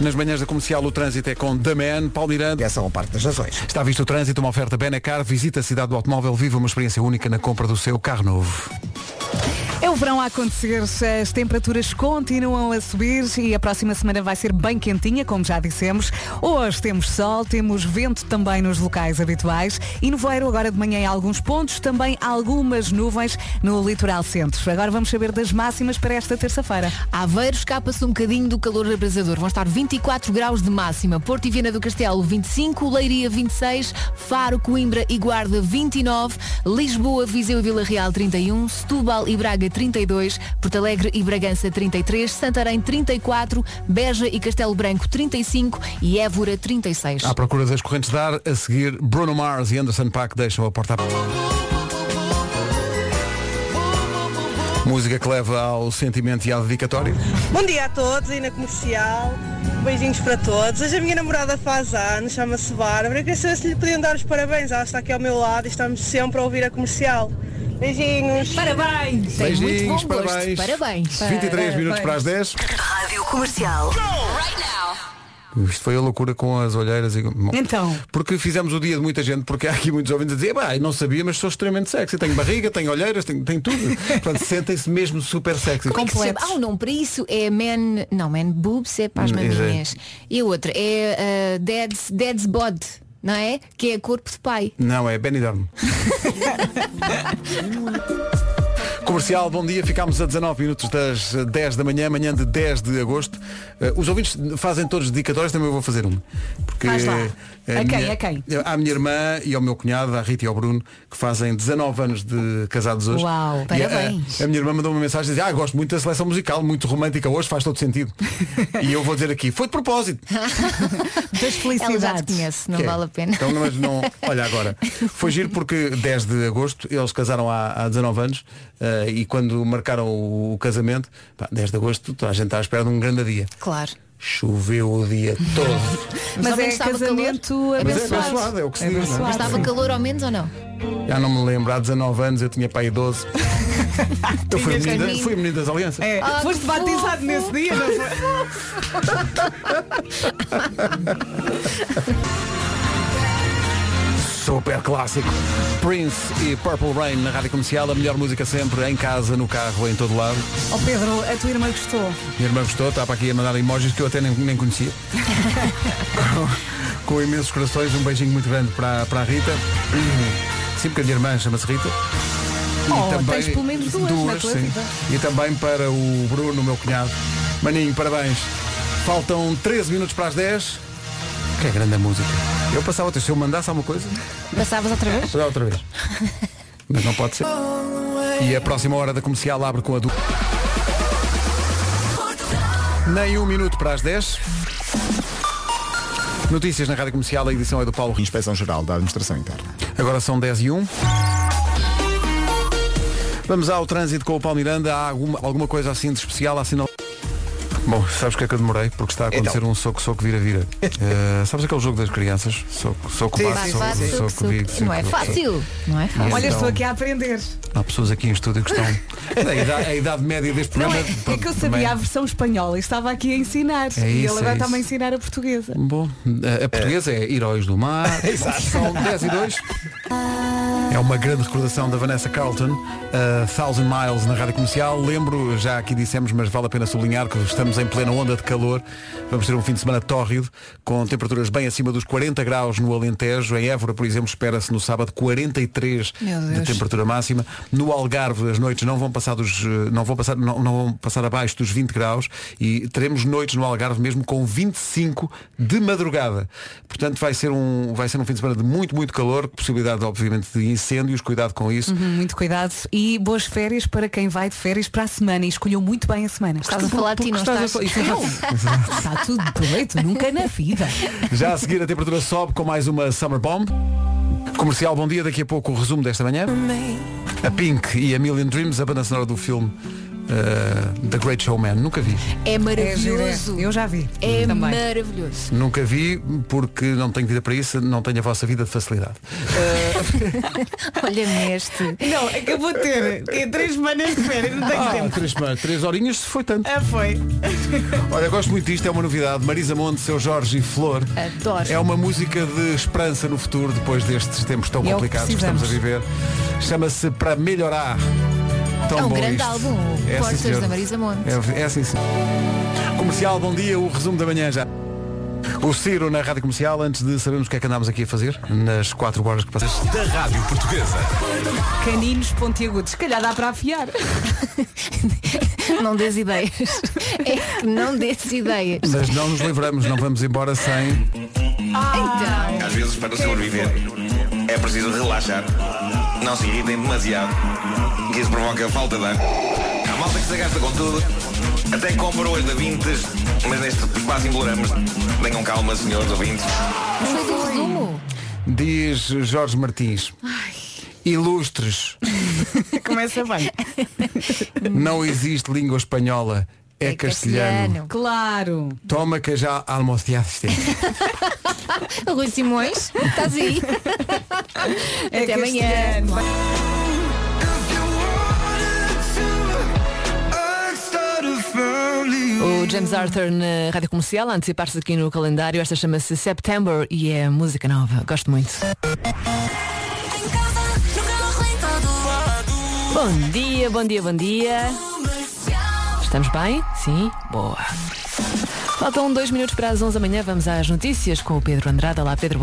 Speaker 2: Nas manhãs da comercial o trânsito é com The Man, Paulo Miranda.
Speaker 3: Direção ao Parque das Nações.
Speaker 2: Está visto o trânsito, uma oferta Benacar, visita a cidade do automóvel, viva uma experiência única na compra do seu carro novo.
Speaker 4: É o verão a acontecer, as temperaturas continuam a subir e a próxima semana vai ser bem quentinha, como já dissemos. Hoje temos sol, temos vento também nos locais habituais e nevoeiro agora de manhã em alguns pontos, também algumas nuvens no litoral centro. Agora vamos saber das máximas para esta terça-feira.
Speaker 5: Aveiro escapa-se um bocadinho do calor abrasador. Vão estar 24 graus de máxima. Porto e Viana do Castelo 25, Leiria 26, Faro, Coimbra e Guarda 29, Lisboa, Viseu e Vila Real 31, Setúbal e Braga 32, Porto Alegre e Bragança 33, Santarém 34, Beja e Castelo Branco 35 e Évora 36.
Speaker 2: À procura das correntes de ar, a seguir Bruno Mars e Anderson Paak deixam a porta aberta. Música que leva ao sentimento e à dedicatória.
Speaker 14: Bom dia a todos aí na comercial. Beijinhos para todos. Hoje a minha namorada faz anos, chama-se Bárbara. Queria saber se lhe podiam dar os parabéns. Ela está aqui ao meu lado e estamos sempre a ouvir a comercial. Beijinhos.
Speaker 5: Parabéns. Tem
Speaker 2: Beijinhos,
Speaker 5: muito bom
Speaker 2: parabéns.
Speaker 5: gosto. Parabéns.
Speaker 2: 23 minutos para as 10.
Speaker 10: Rádio Comercial.
Speaker 2: Isto foi a loucura com as olheiras e. Bom,
Speaker 4: Então.
Speaker 2: Porque fizemos o dia de muita gente, porque há aqui muitos ouvintes a dizer, bah, eu não sabia, mas sou extremamente sexy. Tenho barriga, tenho olheiras, tenho, tenho tudo. Portanto, sentem-se mesmo super sexy.
Speaker 5: Como é que se chama? Há um nome para isso, é man, não, man boobs é para as
Speaker 2: Hum,
Speaker 5: maminhas. E a outra é uh, dad's, dad's bod, não é? Que é corpo de pai.
Speaker 2: Não, é Benidorm. Comercial, bom dia. Ficámos a 19 minutos das eh, 10 da manhã, manhã de 10 de agosto. Eh, os ouvintes fazem todos dedicatórios, também eu vou fazer uma. Porque
Speaker 4: Faz lá.
Speaker 2: eh,
Speaker 4: A quem?
Speaker 2: minha-
Speaker 4: A quem?
Speaker 2: À minha irmã e ao meu cunhado, à Rita e ao Bruno, que fazem 19 anos de casados hoje.
Speaker 5: Uau,
Speaker 2: E a-
Speaker 5: parabéns.
Speaker 2: A, a minha irmã mandou uma mensagem a dizer, ah, gosto muito da seleção musical, muito romântica hoje, faz todo sentido. e eu vou dizer aqui, foi de propósito.
Speaker 5: Das felicidades. Ela já te conhece, não
Speaker 2: Que é?
Speaker 5: vale a pena.
Speaker 2: Então, mas não, olha agora, foi giro porque 10 de agosto, eles casaram há, há 19 anos eh, e quando marcaram o, o casamento, pá, 10 de agosto, toda a gente está à espera de um grande dia.
Speaker 5: Claro.
Speaker 2: Choveu o dia todo.
Speaker 5: Mas,
Speaker 4: Mas
Speaker 5: ao
Speaker 4: é
Speaker 5: menos estava
Speaker 4: casamento
Speaker 5: calor.
Speaker 2: Mas é abençoado, é o que se diz, não é?
Speaker 5: Mas estava calor ao menos ou não?
Speaker 2: Já não me lembro, há 19 anos eu tinha pai 12. eu fui
Speaker 5: Tinhas
Speaker 2: menino,
Speaker 5: caminho.
Speaker 2: fui menino das alianças.
Speaker 12: É,
Speaker 5: Ah,
Speaker 12: foste
Speaker 5: que
Speaker 12: batizado
Speaker 5: fofo.
Speaker 12: nesse dia, não foi?
Speaker 4: é.
Speaker 2: Super clássico. Prince e Purple Rain na rádio comercial, a melhor música sempre, em casa, no carro, em todo lado.
Speaker 4: Oh Pedro, a tua irmã gostou.
Speaker 2: Minha irmã gostou, estava aqui a mandar emojis que eu até nem, nem conhecia. com, com imensos corações, um beijinho muito grande para, para a Rita. Sim, porque a minha irmã chama-se Rita. E
Speaker 4: Oh, tens pelo menos duas na tua vida.
Speaker 2: E também para o Bruno, meu cunhado. Maninho, parabéns. Faltam 13 minutos para as 10. Que é grande a música. Eu passava outra, se eu mandasse alguma coisa,
Speaker 5: Passavas outra vez?
Speaker 2: será outra vez. Mas não pode ser. E a próxima hora da comercial abre com a dupla. Nem um minuto para as 10. Notícias na Rádio Comercial, a edição é do Paulo
Speaker 13: Inspeção Geral da Administração Interna.
Speaker 2: Agora são 10 e 1. Vamos ao trânsito com o Paulo Miranda. Há alguma, alguma coisa assim de especial a sinal? Bom, sabes o que é que eu demorei? Porque está a acontecer
Speaker 5: Então.
Speaker 2: um soco-soco vira-vira. Eh, sabes aquele jogo das crianças? Soco, soco,
Speaker 5: Sim,
Speaker 2: bate,
Speaker 5: sim,
Speaker 2: soco,
Speaker 5: sim.
Speaker 2: soco,
Speaker 5: Soco,
Speaker 2: vira,
Speaker 5: soco. Não é
Speaker 2: soco, soco.
Speaker 5: fácil. Não é fácil.
Speaker 4: Olha,
Speaker 2: Então-
Speaker 4: estou aqui a aprender.
Speaker 2: Há pessoas aqui em estúdio que estão. a, idade, a idade média deste
Speaker 4: Não
Speaker 2: programa.
Speaker 4: é, é que eu
Speaker 2: pronto,
Speaker 4: sabia a
Speaker 2: também-
Speaker 4: versão espanhola e estava aqui a ensinar.
Speaker 2: É
Speaker 4: e ele
Speaker 2: isso,
Speaker 4: agora
Speaker 2: é
Speaker 4: está-me a
Speaker 2: isso.
Speaker 4: ensinar a portuguesa.
Speaker 2: Bom, a- a portuguesa é Heróis do Mar. São 10 e 2. É uma grande recordação da Vanessa Carlton, a Thousand Miles na rádio comercial. Lembro, já aqui dissemos, mas vale a pena sublinhar que estamos em plena onda de calor. Vamos ter um fim de semana tórrido, com temperaturas bem acima dos 40 graus no Alentejo. Em Évora, por exemplo, espera-se no sábado 43
Speaker 4: Meu
Speaker 2: de
Speaker 4: Deus.
Speaker 2: temperatura máxima. No Algarve, as noites não vão passar, dos, eh, não vão passar, não, não vão passar abaixo dos 20 graus e teremos noites no Algarve mesmo com 25 de madrugada. Portanto, vai ser um, vai ser um fim de semana de muito, muito calor, possibilidade, obviamente, de incêndios, cuidado com isso.
Speaker 4: Uhum, muito cuidado e boas férias para quem vai de férias para a semana e escolheu muito bem a semana.
Speaker 5: Estás a falar de ti, não
Speaker 2: Estás a
Speaker 5: estás?
Speaker 2: fa- isso não faz-
Speaker 4: Está tudo perfeito, nunca na vida.
Speaker 2: Já a seguir a temperatura sobe com mais uma Summer Bomb. Comercial, bom dia. Daqui a pouco o resumo desta manhã. A Pink e a Million Dreams, a banda sonora do filme eh, The Great Showman. Nunca vi.
Speaker 5: É
Speaker 4: É giro, é.
Speaker 5: maravilhoso.
Speaker 4: Eu já vi.
Speaker 5: É
Speaker 4: também.
Speaker 5: maravilhoso.
Speaker 2: Nunca vi porque não tenho vida para isso, não tenho a vossa vida de facilidade.
Speaker 5: Olha-me este.
Speaker 12: Não, é que eu vou ter é, três semanas de férias, não tenho
Speaker 2: Ah,
Speaker 12: tempo.
Speaker 2: três, semanas, três horinhas se foi tanto.
Speaker 12: Ah, foi.
Speaker 2: Olha, gosto muito disto, é uma novidade. Marisa Monte, seu Jorge e Flor.
Speaker 5: Adoro.
Speaker 2: É uma música de esperança no futuro depois destes tempos tão
Speaker 4: É o que
Speaker 2: complicados que
Speaker 4: precisamos.
Speaker 2: estamos a viver. Chama-se Para Melhorar. Tão
Speaker 5: É um
Speaker 2: bom
Speaker 5: grande
Speaker 2: isto.
Speaker 5: álbum,
Speaker 2: É, sim,
Speaker 5: Portas
Speaker 2: senhor.
Speaker 5: da Marisa Monte.
Speaker 2: É, é sim, sim. Comercial, bom dia, o resumo da manhã já. O Ciro na Rádio Comercial, antes de sabermos o que é que andámos aqui a fazer, nas quatro horas que passamos.
Speaker 8: Da Rádio Portuguesa.
Speaker 4: Caninos pontiagudos. Se calhar dá para afiar.
Speaker 5: Não dês ideias. É que não dês ideias.
Speaker 2: Mas não nos livramos, não vamos embora sem. Ah,
Speaker 5: Então,
Speaker 11: Às vezes, para sobreviver, é preciso relaxar. Não se irritem demasiado, que isso provoca falta de ar. A malta que se gasta com tudo, até compra hoje da Vintes, mas neste quase imploramos. Tenham calma,
Speaker 5: Então,
Speaker 11: senhores ouvintes.
Speaker 5: foi do resumo.
Speaker 2: Diz Jorge Martins. Ilustres,
Speaker 5: Começa bem.
Speaker 2: não existe língua espanhola, é, castelhano.
Speaker 5: Claro.
Speaker 2: Toma que já almoceaste.
Speaker 4: Rui Simões, estás aí.
Speaker 5: É
Speaker 4: Até amanhã. O James Arthur na Rádio Comercial, a antecipar-se aqui no calendário, esta chama-se September e é música nova. Gosto muito. Bom dia, bom dia, bom dia. Estamos bem? Sim? Boa. Faltam dois minutos para as 11 da manhã, vamos às notícias com o Pedro Andrade. Olá, Pedro.